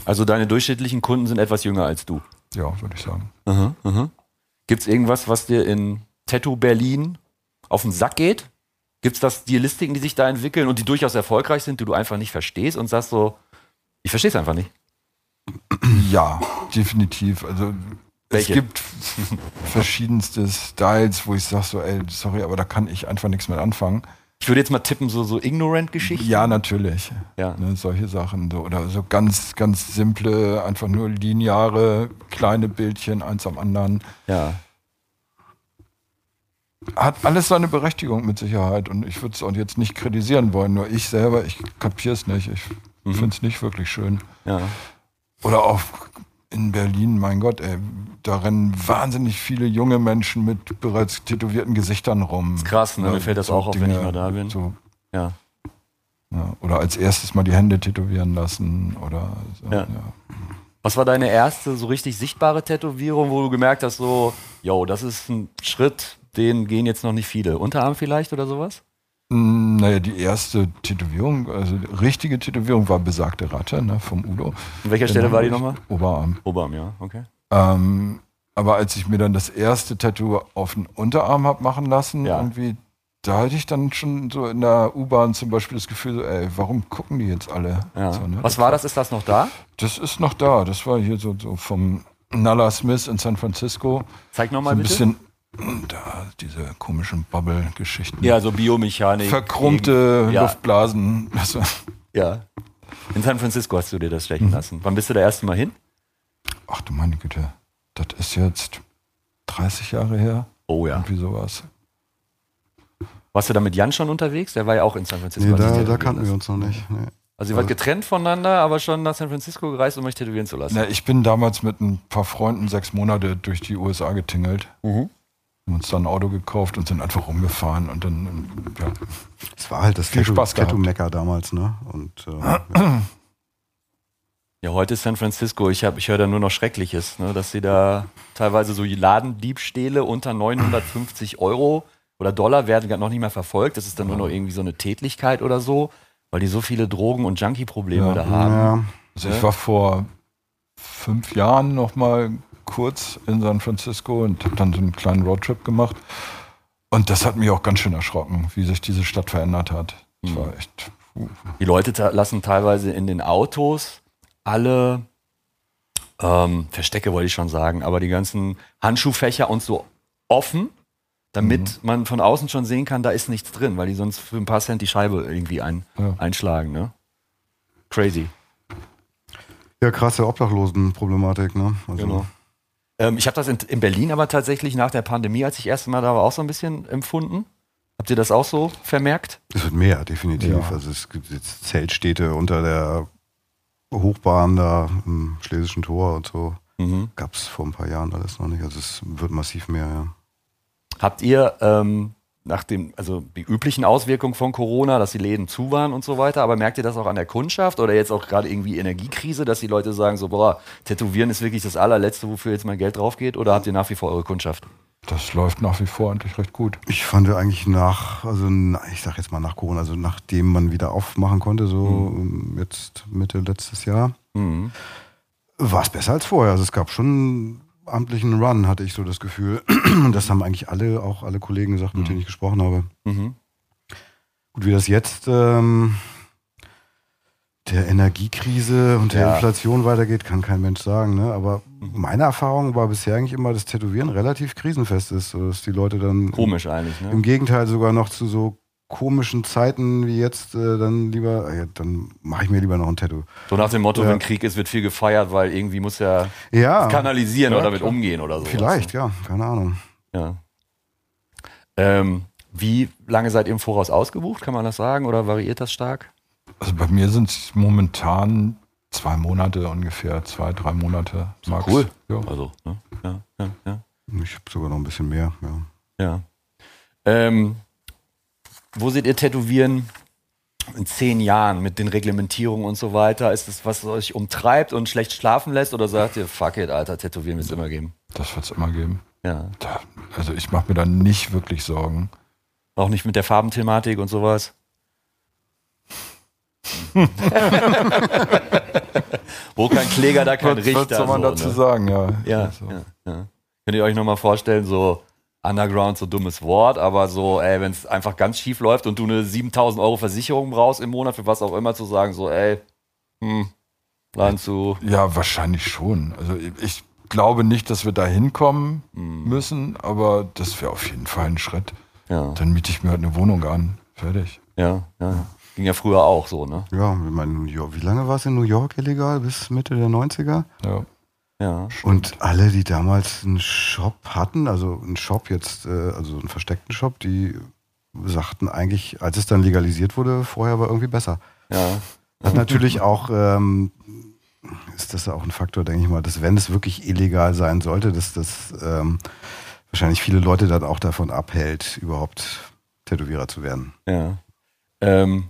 [SPEAKER 3] Also deine durchschnittlichen Kunden sind etwas jünger als du.
[SPEAKER 5] Ja, würde ich sagen.
[SPEAKER 3] Mhm, mhm. Gibt es irgendwas, was dir in Tattoo Berlin auf den Sack geht? Gibt es da Stilistiken, die sich da entwickeln und die durchaus erfolgreich sind, die du einfach nicht verstehst und sagst so, ich verstehe es einfach nicht.
[SPEAKER 5] Ja, definitiv. Also
[SPEAKER 3] Welche?
[SPEAKER 5] es gibt verschiedenste Styles, wo ich sage so, ey, sorry, aber da kann ich einfach nichts mit anfangen.
[SPEAKER 3] Ich würde jetzt mal tippen, so, so Ignorant-Geschichten.
[SPEAKER 5] Ja, natürlich.
[SPEAKER 3] Ja.
[SPEAKER 5] Ne, solche Sachen. So, oder so ganz, ganz simple, einfach nur lineare, kleine Bildchen, eins am anderen.
[SPEAKER 3] ja.
[SPEAKER 5] Hat alles seine Berechtigung mit Sicherheit. Und ich würde es auch jetzt nicht kritisieren wollen. Nur ich selber, ich kapiere es nicht. Ich
[SPEAKER 3] Mhm.
[SPEAKER 5] finde es nicht wirklich schön.
[SPEAKER 3] ja.
[SPEAKER 5] Oder auch in Berlin, mein Gott, ey, da rennen wahnsinnig viele junge Menschen mit bereits tätowierten Gesichtern rum. Ist
[SPEAKER 3] krass, ne? Mir fällt das auch auf, wenn ich mal da bin.
[SPEAKER 5] So,
[SPEAKER 3] Ja.
[SPEAKER 5] ja. Oder als erstes mal die Hände tätowieren lassen. Oder so,
[SPEAKER 3] Ja. Was war deine erste so richtig sichtbare Tätowierung, wo du gemerkt hast, so, yo, das ist ein Schritt, den gehen jetzt noch nicht viele. Unterarm vielleicht oder sowas?
[SPEAKER 5] Mm, Naja, die erste Tätowierung, also die richtige Tätowierung war besagte Ratte ne, vom Udo.
[SPEAKER 3] An welcher
[SPEAKER 5] Genau.
[SPEAKER 3] Stelle war die nochmal?
[SPEAKER 5] Oberarm.
[SPEAKER 3] Oberarm, ja, okay.
[SPEAKER 5] Ähm, aber als ich mir dann das erste Tattoo auf den Unterarm habe machen lassen,
[SPEAKER 3] Ja.
[SPEAKER 5] irgendwie, da hatte ich dann schon so in der U-Bahn zum Beispiel das Gefühl, so, ey, warum gucken die jetzt alle?
[SPEAKER 3] Ja.
[SPEAKER 5] So, ne?
[SPEAKER 3] Was war das? Ist das noch da?
[SPEAKER 5] Das ist noch da. Das war hier so, so vom Nala Smith in San Francisco.
[SPEAKER 3] Zeig
[SPEAKER 5] So
[SPEAKER 3] nochmal
[SPEAKER 5] ein
[SPEAKER 3] bitte.
[SPEAKER 5] bisschen da, diese komischen Bubble-Geschichten.
[SPEAKER 3] ja, so Biomechanik.
[SPEAKER 5] Verkrummte
[SPEAKER 3] Ja.
[SPEAKER 5] Luftblasen. Das war
[SPEAKER 3] Ja. In San Francisco hast du dir das
[SPEAKER 5] Mhm.
[SPEAKER 3] stechen lassen. Wann bist du da erste Mal hin?
[SPEAKER 5] Ach du meine Güte, das ist jetzt 30 Jahre her,
[SPEAKER 3] Oh ja.
[SPEAKER 5] irgendwie sowas.
[SPEAKER 3] Warst du da mit Jan schon unterwegs? Der war ja auch in San Francisco.
[SPEAKER 4] Nee,
[SPEAKER 3] als ich
[SPEAKER 4] da,
[SPEAKER 3] tätowieren
[SPEAKER 4] da kannten wir
[SPEAKER 3] lassen.
[SPEAKER 4] uns noch nicht. Nee.
[SPEAKER 3] Also ihr wart getrennt voneinander, aber schon nach San Francisco gereist, um euch tätowieren zu lassen.
[SPEAKER 5] Na, ich bin damals mit ein paar Freunden sechs Monate durch die USA getingelt. Haben uns dann ein Auto gekauft und sind einfach rumgefahren und dann, ja.
[SPEAKER 4] Es war halt das
[SPEAKER 5] Viel Spaß gehabt.
[SPEAKER 4] Tattoo-Mecker damals, ne? Und äh,
[SPEAKER 3] Ja, heute ist San Francisco. Ich, hab- ich höre da nur noch Schreckliches, ne? dass sie da teilweise so Ladendiebstähle unter 950 Euro oder Dollar werden gar noch nicht mehr verfolgt. Das ist dann nur noch irgendwie so eine Tätlichkeit oder so, weil die so viele Drogen- und Junkie-Probleme
[SPEAKER 5] Ja.
[SPEAKER 3] da haben.
[SPEAKER 4] ja,
[SPEAKER 5] Also ich war vor fünf Jahren noch mal kurz in San Francisco und hab dann so einen kleinen Roadtrip gemacht. Und das hat mich auch ganz schön erschrocken, wie sich diese Stadt verändert hat. Das war echt,
[SPEAKER 3] Die Leute ta- lassen teilweise in den Autos alle ähm, Verstecke, wollte ich schon sagen, aber die ganzen Handschuhfächer und so offen, damit man von außen schon sehen kann, da ist nichts drin, weil die sonst für ein paar Cent die Scheibe irgendwie ein,
[SPEAKER 5] Ja.
[SPEAKER 3] einschlagen. Ne? Crazy.
[SPEAKER 4] ja, krasse Obdachlosenproblematik, ne? Also,
[SPEAKER 3] Genau. Ähm, ich habe das in, in Berlin aber tatsächlich nach der Pandemie, als ich das erste Mal da war, auch so ein bisschen empfunden. Habt ihr das auch so vermerkt?
[SPEAKER 4] Es wird mehr, definitiv.
[SPEAKER 5] Ja.
[SPEAKER 4] Also es gibt jetzt Zeltstädte unter der Hochbahn da im Schlesischen Tor und so.
[SPEAKER 3] Mhm.
[SPEAKER 4] Gab es vor ein paar Jahren alles noch nicht. Also es wird massiv mehr, ja.
[SPEAKER 3] Habt ihr ähm, nach dem, also die üblichen Auswirkungen von Corona, dass die Läden zu waren und so weiter, aber merkt ihr das auch an der Kundschaft oder jetzt auch gerade irgendwie Energiekrise, dass die Leute sagen so, boah, Tätowieren ist wirklich das allerletzte, wofür jetzt mein Geld drauf geht oder habt ihr nach wie vor eure Kundschaft?
[SPEAKER 5] Das läuft nach wie vor eigentlich recht gut.
[SPEAKER 4] Ich fand ja eigentlich nach, also na, ich sag jetzt mal nach Corona, also nachdem man wieder aufmachen konnte, so ähm, jetzt Mitte letztes Jahr,
[SPEAKER 3] Mhm.
[SPEAKER 4] war es besser als vorher. Also es gab schon einen amtlichen Run, hatte ich so das Gefühl. Und das haben eigentlich alle, auch alle Kollegen gesagt, mit denen ich gesprochen habe.
[SPEAKER 3] Mhm.
[SPEAKER 4] Gut, wie das jetzt ähm, der Energiekrise und der
[SPEAKER 3] Ja. Mhm.
[SPEAKER 4] Inflation weitergeht, kann kein Mensch sagen. Ne? Aber meine Erfahrung war bisher eigentlich immer, dass Tätowieren relativ krisenfest ist, so dass die Leute dann
[SPEAKER 3] Komisch eigentlich, ne?
[SPEAKER 4] im Gegenteil sogar noch zu so komischen Zeiten wie jetzt äh, dann lieber, äh, dann mache ich mir lieber noch ein Tattoo.
[SPEAKER 3] So nach dem Motto,
[SPEAKER 4] Ja. Ah.
[SPEAKER 3] wenn Krieg ist, wird viel gefeiert, weil irgendwie muss ja
[SPEAKER 4] Ja,
[SPEAKER 3] kanalisieren
[SPEAKER 5] Ja,
[SPEAKER 3] oder damit
[SPEAKER 5] klar.
[SPEAKER 3] umgehen oder so.
[SPEAKER 4] vielleicht, ja, keine Ahnung.
[SPEAKER 3] Ja. Ähm, wie lange seid ihr im Voraus ausgebucht? Kann man das sagen oder variiert das stark?
[SPEAKER 5] Also bei mir sind es momentan zwei Monate ungefähr, zwei, drei Monate. Max.
[SPEAKER 3] cool.
[SPEAKER 5] Ja.
[SPEAKER 3] Also, ne? ja, ja, ja.
[SPEAKER 4] Ich habe sogar noch ein bisschen mehr. Ja.
[SPEAKER 3] Ja. Ähm, wo seht ihr Tätowieren in zehn Jahren mit den Reglementierungen und so weiter? Ist das, was euch umtreibt und schlecht schlafen lässt? Oder sagt ihr, fuck it, Alter, Tätowieren wird es immer geben?
[SPEAKER 5] Das wird es immer geben.
[SPEAKER 3] Ja.
[SPEAKER 5] Da, also ich mache mir da nicht wirklich Sorgen.
[SPEAKER 3] Auch nicht mit der Farbenthematik und sowas? wo kein Kläger, da kein Richter.
[SPEAKER 5] soll man
[SPEAKER 3] so,
[SPEAKER 5] dazu
[SPEAKER 3] ne?
[SPEAKER 5] sagen, ja.
[SPEAKER 3] Ja,
[SPEAKER 5] Also,
[SPEAKER 3] ja, ja. Könnt ihr euch nochmal vorstellen, so Underground, so dummes Wort, aber so, ey, wenn es einfach ganz schief läuft und du eine 7000 Euro Versicherung brauchst im Monat, für was auch immer, zu sagen, so, ey, hm, plan zu.
[SPEAKER 5] ja, wahrscheinlich schon. Also ich glaube nicht, dass wir da hinkommen
[SPEAKER 3] Mhm.
[SPEAKER 5] müssen, aber das wäre auf jeden Fall ein Schritt.
[SPEAKER 3] Ja,
[SPEAKER 5] Dann miete ich mir halt eine Wohnung an. Fertig.
[SPEAKER 3] ja, ja. Ging ja früher auch so, ne?
[SPEAKER 4] Ja, ich meine, New York. Wie lange war es in New York illegal? Bis Mitte der 90er?
[SPEAKER 5] Ja.
[SPEAKER 3] Ja.
[SPEAKER 4] Und alle, die damals einen Shop hatten, also einen Shop jetzt, äh, also einen versteckten Shop, die sagten eigentlich, als es dann legalisiert wurde, vorher war irgendwie besser.
[SPEAKER 3] Ja.
[SPEAKER 4] Hat natürlich auch, ähm, ist das auch ein Faktor, denke ich mal, dass wenn es wirklich illegal sein sollte, dass das ähm, wahrscheinlich viele Leute dann auch davon abhält, überhaupt Tätowierer zu werden.
[SPEAKER 3] Ja. Ähm,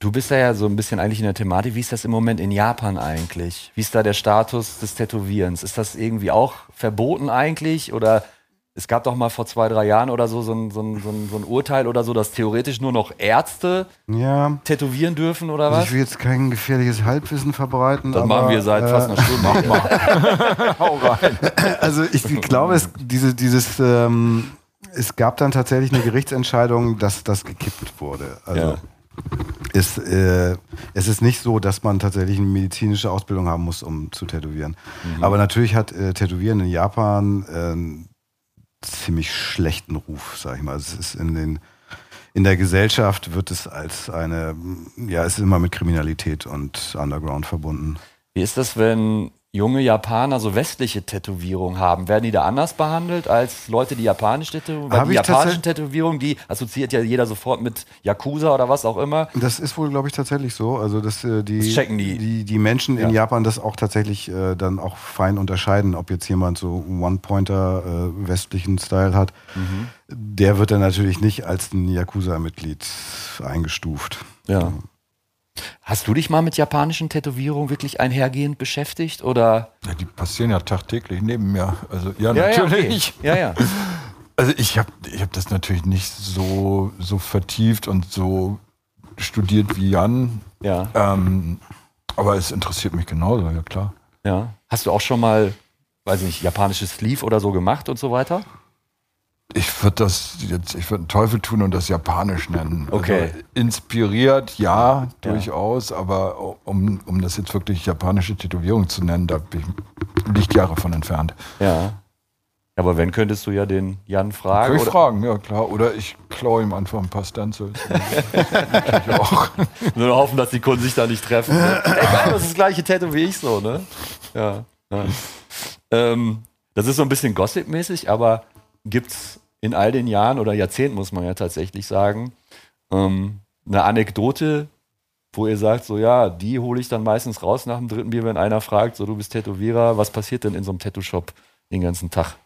[SPEAKER 3] du bist da ja so ein bisschen eigentlich in der Thematik. Wie ist das im Moment in Japan eigentlich? Wie ist da der Status des Tätowierens? Ist das irgendwie auch verboten eigentlich? Oder es gab doch mal vor zwei, drei Jahren oder so so ein, so ein, so ein, so ein Urteil oder so, dass theoretisch nur noch Ärzte
[SPEAKER 4] Ja,
[SPEAKER 3] tätowieren dürfen oder
[SPEAKER 4] also
[SPEAKER 3] was?
[SPEAKER 4] ich will jetzt kein gefährliches Halbwissen verbreiten.
[SPEAKER 3] Das
[SPEAKER 4] aber,
[SPEAKER 3] machen wir seit
[SPEAKER 4] äh,
[SPEAKER 3] fast einer Stunde. Mach mal.
[SPEAKER 5] Hau rein.
[SPEAKER 4] Also ich glaube, es, diese, dieses, ähm, es gab dann tatsächlich eine Gerichtsentscheidung, dass das gekippt wurde. Also
[SPEAKER 3] Ja.
[SPEAKER 4] ist, äh, es ist nicht so, dass man tatsächlich eine medizinische Ausbildung haben muss, um zu tätowieren. Aber natürlich hat äh, Tätowieren in Japan äh, einen ziemlich schlechten Ruf, sag ich mal. Also es ist in den in der Gesellschaft wird es als eine, ja, es ist immer mit Kriminalität und Underground verbunden.
[SPEAKER 3] Wie ist das, wenn junge Japaner so westliche Tätowierungen haben? Werden die da anders behandelt als Leute, die japanisch tätowieren? Weil
[SPEAKER 4] Hab
[SPEAKER 3] die
[SPEAKER 4] ich
[SPEAKER 3] japanischen Tätowierungen, die assoziiert ja jeder sofort mit Yakuza oder was auch immer.
[SPEAKER 4] Das ist wohl, glaube ich, tatsächlich so. Also, dass äh, die,
[SPEAKER 3] Das checken die.
[SPEAKER 4] die, die Menschen in
[SPEAKER 3] Ja.
[SPEAKER 4] Japan das auch tatsächlich äh, dann auch fein unterscheiden, ob jetzt jemand so One-Pointer äh, westlichen Style hat.
[SPEAKER 3] Mhm.
[SPEAKER 4] Der wird dann natürlich nicht als ein Yakuza-Mitglied eingestuft.
[SPEAKER 3] Ja. Hast du dich mal mit japanischen Tätowierungen wirklich einhergehend beschäftigt? Oder?
[SPEAKER 5] Ja, die passieren ja tagtäglich neben mir. Also ja, natürlich.
[SPEAKER 3] Ja, ja.
[SPEAKER 5] Also ich habe ich hab das natürlich nicht so, so vertieft und so studiert wie Jan.
[SPEAKER 3] ja,
[SPEAKER 5] Ähm, aber es interessiert mich genauso, ja klar.
[SPEAKER 3] ja. Hast du auch schon mal, weiß nicht, japanisches Sleeve oder so gemacht und so weiter?
[SPEAKER 5] Ich würde das jetzt, ich würde einen Teufel tun und das Japanisch nennen.
[SPEAKER 3] Okay.
[SPEAKER 5] Also inspiriert, ja, durchaus, aber um, um das jetzt wirklich japanische Tätowierung zu nennen, da bin ich Lichtjahre von entfernt.
[SPEAKER 3] Ja. Aber wenn, könntest du ja den Jan fragen.
[SPEAKER 5] Kann ich
[SPEAKER 3] Ah, oder-
[SPEAKER 5] fragen, ja klar. Oder ich klaue ihm einfach ein paar Stencils. Natürlich auch.
[SPEAKER 3] Nur noch hoffen, dass die Kunden sich da nicht treffen. Ne? Ey, geil, das ist das gleiche Tattoo wie ich so, ne? Ja. ja. Ähm, das ist so ein bisschen Gossip-mäßig, aber gibt's in all den Jahren oder Jahrzehnten, muss man ja tatsächlich sagen, ähm, eine Anekdote, wo ihr sagt, so ja, die hole ich dann meistens raus nach dem dritten Bier, wenn einer fragt, so du bist Tätowierer, was passiert denn in so einem Tattoo-Shop den ganzen Tag?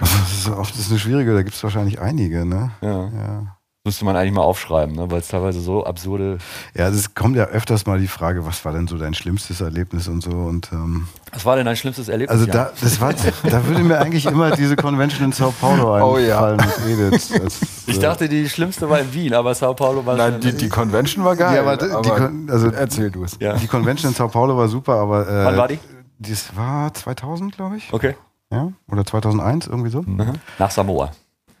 [SPEAKER 4] Das ist, auch- das ist eine schwierige, da gibt es wahrscheinlich einige, ne?
[SPEAKER 3] Ja.
[SPEAKER 4] Ja.
[SPEAKER 3] Müsste man eigentlich mal aufschreiben, ne? weil es teilweise so absurde.
[SPEAKER 4] Ja, es kommt ja öfters mal die Frage, was war denn so dein schlimmstes Erlebnis und so und ähm,
[SPEAKER 3] Was war denn dein schlimmstes Erlebnis?
[SPEAKER 4] Also
[SPEAKER 3] Ja.
[SPEAKER 4] da, das war, da würde mir eigentlich immer diese Convention in Sao Paulo
[SPEAKER 5] Oh ja.
[SPEAKER 4] einfallen mit Edith. Das,
[SPEAKER 3] ich
[SPEAKER 4] äh,
[SPEAKER 3] dachte, die schlimmste war in Wien, aber Sao Paulo war
[SPEAKER 5] Nein, die, die Convention war geil.
[SPEAKER 4] Ja, aber die- die Con- also-
[SPEAKER 5] erzähl du es.
[SPEAKER 3] Ja.
[SPEAKER 4] die Convention in Sao Paulo war super, aber äh,
[SPEAKER 3] Wann war die?
[SPEAKER 4] Das war 2000, glaube ich,
[SPEAKER 3] Okay.
[SPEAKER 4] ja, oder 2001 irgendwie so.
[SPEAKER 3] Nach Samoa.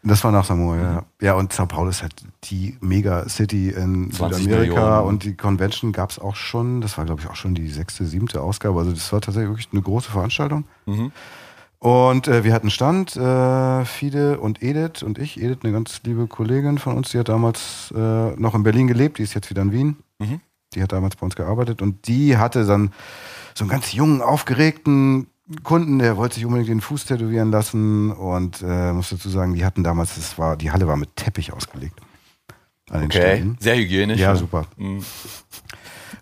[SPEAKER 4] Das war nach Samoa, ja. Ja, und Sao Paulo ist halt die Mega-City in
[SPEAKER 3] 20
[SPEAKER 4] Südamerika
[SPEAKER 3] Millionen.
[SPEAKER 4] und die Convention gab es auch schon, das war glaube ich auch schon die sechste, siebte Ausgabe, also das war tatsächlich wirklich eine große Veranstaltung. Und äh, wir hatten Stand, äh, Fide und Edith und ich, Edith, eine ganz liebe Kollegin von uns, die hat damals äh, noch in Berlin gelebt, die ist jetzt wieder in Wien. Die hat damals bei uns gearbeitet und die hatte dann so einen ganz jungen, aufgeregten Kunden, der wollte sich unbedingt den Fuß tätowieren lassen und äh, muss dazu sagen, die hatten damals, das war, die Halle war mit Teppich ausgelegt. An den Ständen.
[SPEAKER 3] Sehr hygienisch. Mhm.
[SPEAKER 4] Ja, super.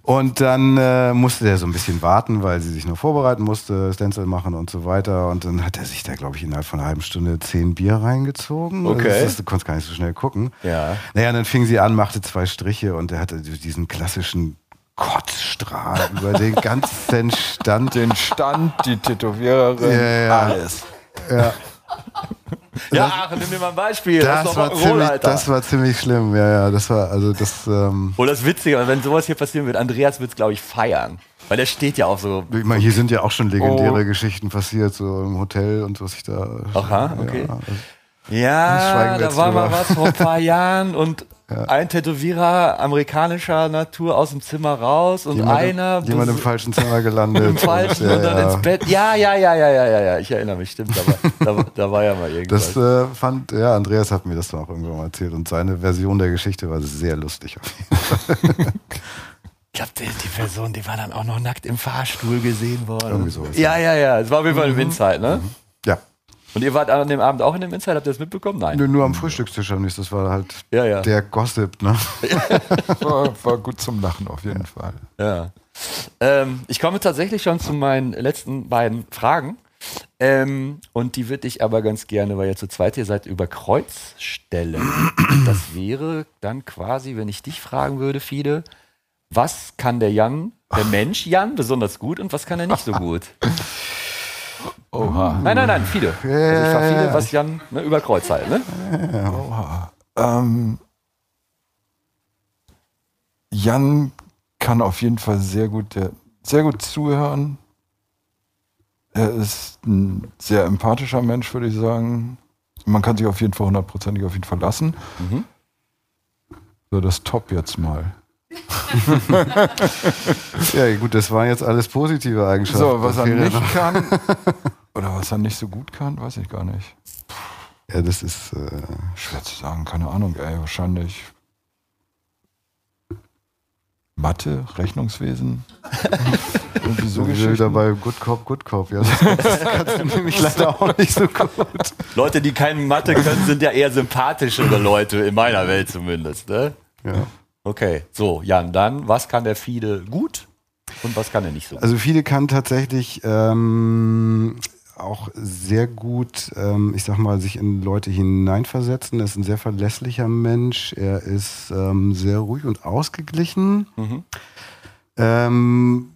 [SPEAKER 4] Und dann äh, musste der so ein bisschen warten, weil sie sich noch vorbereiten musste, Stencil machen und so weiter. Und dann hat er sich da, glaube ich, innerhalb von einer halben Stunde zehn Bier reingezogen.
[SPEAKER 3] Okay.
[SPEAKER 4] Also das, du konntest gar nicht so schnell gucken.
[SPEAKER 3] Ja.
[SPEAKER 4] Naja, und dann fing sie an, machte zwei Striche und er hatte diesen klassischen Kotzstrahl über den ganzen Stand.
[SPEAKER 5] Den Stand, die Tätowiererin,
[SPEAKER 4] Ja, ja.
[SPEAKER 5] alles.
[SPEAKER 3] Ja, Aachen, nimm mir mal ein Beispiel.
[SPEAKER 4] Das,
[SPEAKER 3] ist doch
[SPEAKER 4] war
[SPEAKER 3] Rock'n'Roll,
[SPEAKER 4] ziemlich,
[SPEAKER 3] Alter.
[SPEAKER 4] das war ziemlich schlimm. Ja, ja, das war, also das, ähm,
[SPEAKER 3] Und das Witzige, wenn sowas hier passieren wird, Andreas wird es, glaube ich, feiern. Weil der steht ja auch so.
[SPEAKER 4] ich meine, hier sind ja auch schon legendäre
[SPEAKER 5] Oh.
[SPEAKER 4] Geschichten passiert, so im Hotel und was ich da.
[SPEAKER 3] Aha, okay.
[SPEAKER 4] Ja, also-
[SPEAKER 3] Ja,
[SPEAKER 4] Schweigen wir
[SPEAKER 3] da
[SPEAKER 4] jetzt
[SPEAKER 3] war mal
[SPEAKER 4] drüber.
[SPEAKER 3] was vor ein paar Jahren und ein Tätowierer amerikanischer Natur aus dem Zimmer raus und
[SPEAKER 4] Jemand,
[SPEAKER 3] einer
[SPEAKER 4] jemand im
[SPEAKER 3] bes-
[SPEAKER 4] falschen Zimmer gelandet.
[SPEAKER 3] im falschen
[SPEAKER 4] Ja,
[SPEAKER 3] und dann
[SPEAKER 4] ja.
[SPEAKER 3] ins Bett. Ja, ja, ja, ja, ja, ja, ja. Ich erinnere mich, stimmt. Da war, da, da war ja mal irgendwas.
[SPEAKER 4] Das äh, fand, ja, Andreas hat mir das dann auch irgendwann mal erzählt und seine Version der Geschichte war sehr lustig.
[SPEAKER 3] ich glaube, die, die Person, die war dann auch noch nackt im Fahrstuhl gesehen worden.
[SPEAKER 4] Irgendwie sowas, Mhm.
[SPEAKER 3] ja, ja, ja. Es war auf jeden Fall im Inside, ne?
[SPEAKER 4] ja.
[SPEAKER 3] Und ihr wart an dem Abend auch in dem Inside, habt ihr das mitbekommen? Nein.
[SPEAKER 4] Nur, nur am Frühstückstisch am nächsten, das war halt
[SPEAKER 3] Ja, ja.
[SPEAKER 4] der Gossip, ne?
[SPEAKER 5] War, war gut zum Lachen auf jeden Fall.
[SPEAKER 3] Ja. Ähm, ich komme tatsächlich schon zu meinen letzten beiden Fragen. Ähm, und die würde ich aber ganz gerne, weil ihr zu zweit hier seid, über Kreuz stellen. Das wäre dann quasi, wenn ich dich fragen würde, Fide, was kann der Jan, der Mensch Jan, besonders gut und was kann er nicht so gut?
[SPEAKER 5] Oha.
[SPEAKER 3] Nein, nein, nein, Fide. Also ich frage Fide, was Jan ne, über Kreuz halt, ne?
[SPEAKER 5] Oha. Ähm, Jan kann auf jeden Fall sehr gut, der, sehr gut zuhören. Er ist ein sehr empathischer Mensch, würde ich sagen. Man kann sich auf jeden Fall hundertprozentig auf ihn verlassen. So, das Top jetzt mal.
[SPEAKER 4] Ja, gut, das waren jetzt alles positive Eigenschaften.
[SPEAKER 5] So, was er
[SPEAKER 4] Das wäre
[SPEAKER 5] nicht
[SPEAKER 4] noch-
[SPEAKER 5] kann oder was er nicht so gut kann, weiß ich gar nicht.
[SPEAKER 4] Ja, das ist. Äh,
[SPEAKER 5] Schwer zu sagen, keine Ahnung, ey, wahrscheinlich. Mathe, Rechnungswesen. Irgendwie so
[SPEAKER 4] so wieder
[SPEAKER 5] Geschichten.
[SPEAKER 4] bei Good Cop, Good Cop. Ja, das kannst, das kannst du nämlich leider auch nicht so gut.
[SPEAKER 3] Leute, die keine Mathe können, sind ja eher sympathischere Leute, in meiner Welt zumindest, ne?
[SPEAKER 4] Ja.
[SPEAKER 3] Okay, so, Jan, dann, was kann der Fide gut und was kann er nicht so gut?
[SPEAKER 4] Also viele kann tatsächlich ähm, auch sehr gut, ähm, ich sag mal, sich in Leute hineinversetzen. Er ist ein sehr verlässlicher Mensch. Er ist ähm, sehr ruhig und ausgeglichen. Ähm,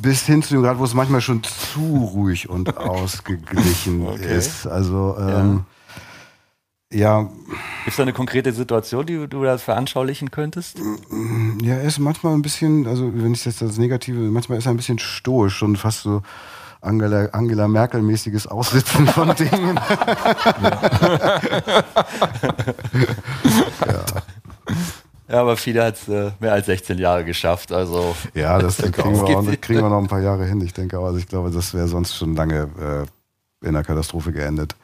[SPEAKER 4] bis hin zu dem Grad, wo es manchmal schon zu ruhig und ausgeglichen ist. Also ähm, ja.
[SPEAKER 3] Gibt es da eine konkrete Situation, die du das veranschaulichen könntest?
[SPEAKER 4] Ja, er ist manchmal ein bisschen, also wenn ich das als Negative, manchmal ist er ein bisschen stoisch und fast so Angela, Angela Merkel-mäßiges Aussitzen von Dingen.
[SPEAKER 3] Ja, aber Fide hat es äh, mehr als 16 Jahre geschafft, also
[SPEAKER 4] Ja, das kriegen
[SPEAKER 3] Es
[SPEAKER 4] wir, auch,
[SPEAKER 3] gibt-
[SPEAKER 4] kriegen wir noch ein paar Jahre hin, ich denke. Aber also ich glaube, das wäre sonst schon lange äh, in einer Katastrophe geendet.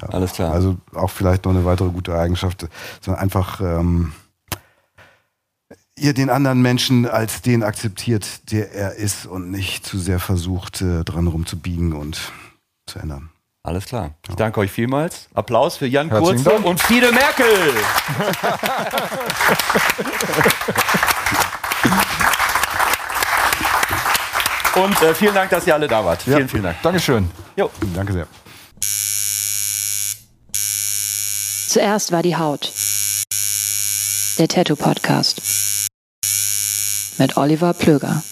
[SPEAKER 3] alles klar.
[SPEAKER 4] Also auch vielleicht noch eine weitere gute Eigenschaft, dass man einfach ähm, ihr den anderen Menschen als den akzeptiert, der er ist und nicht zu sehr versucht, äh, dran rumzubiegen und zu ändern.
[SPEAKER 3] alles klar. Ich danke euch vielmals. Applaus für Jan
[SPEAKER 5] Herzlichen
[SPEAKER 3] Kurze
[SPEAKER 5] Dank.
[SPEAKER 3] und Fide Merkel. Und äh, vielen Dank, dass ihr alle da wart. Vielen, vielen Dank.
[SPEAKER 5] Dankeschön.
[SPEAKER 3] Jo.
[SPEAKER 4] Danke sehr.
[SPEAKER 1] Zuerst war die Haut. Der Tattoo Podcast. Mit Oliver Plöger.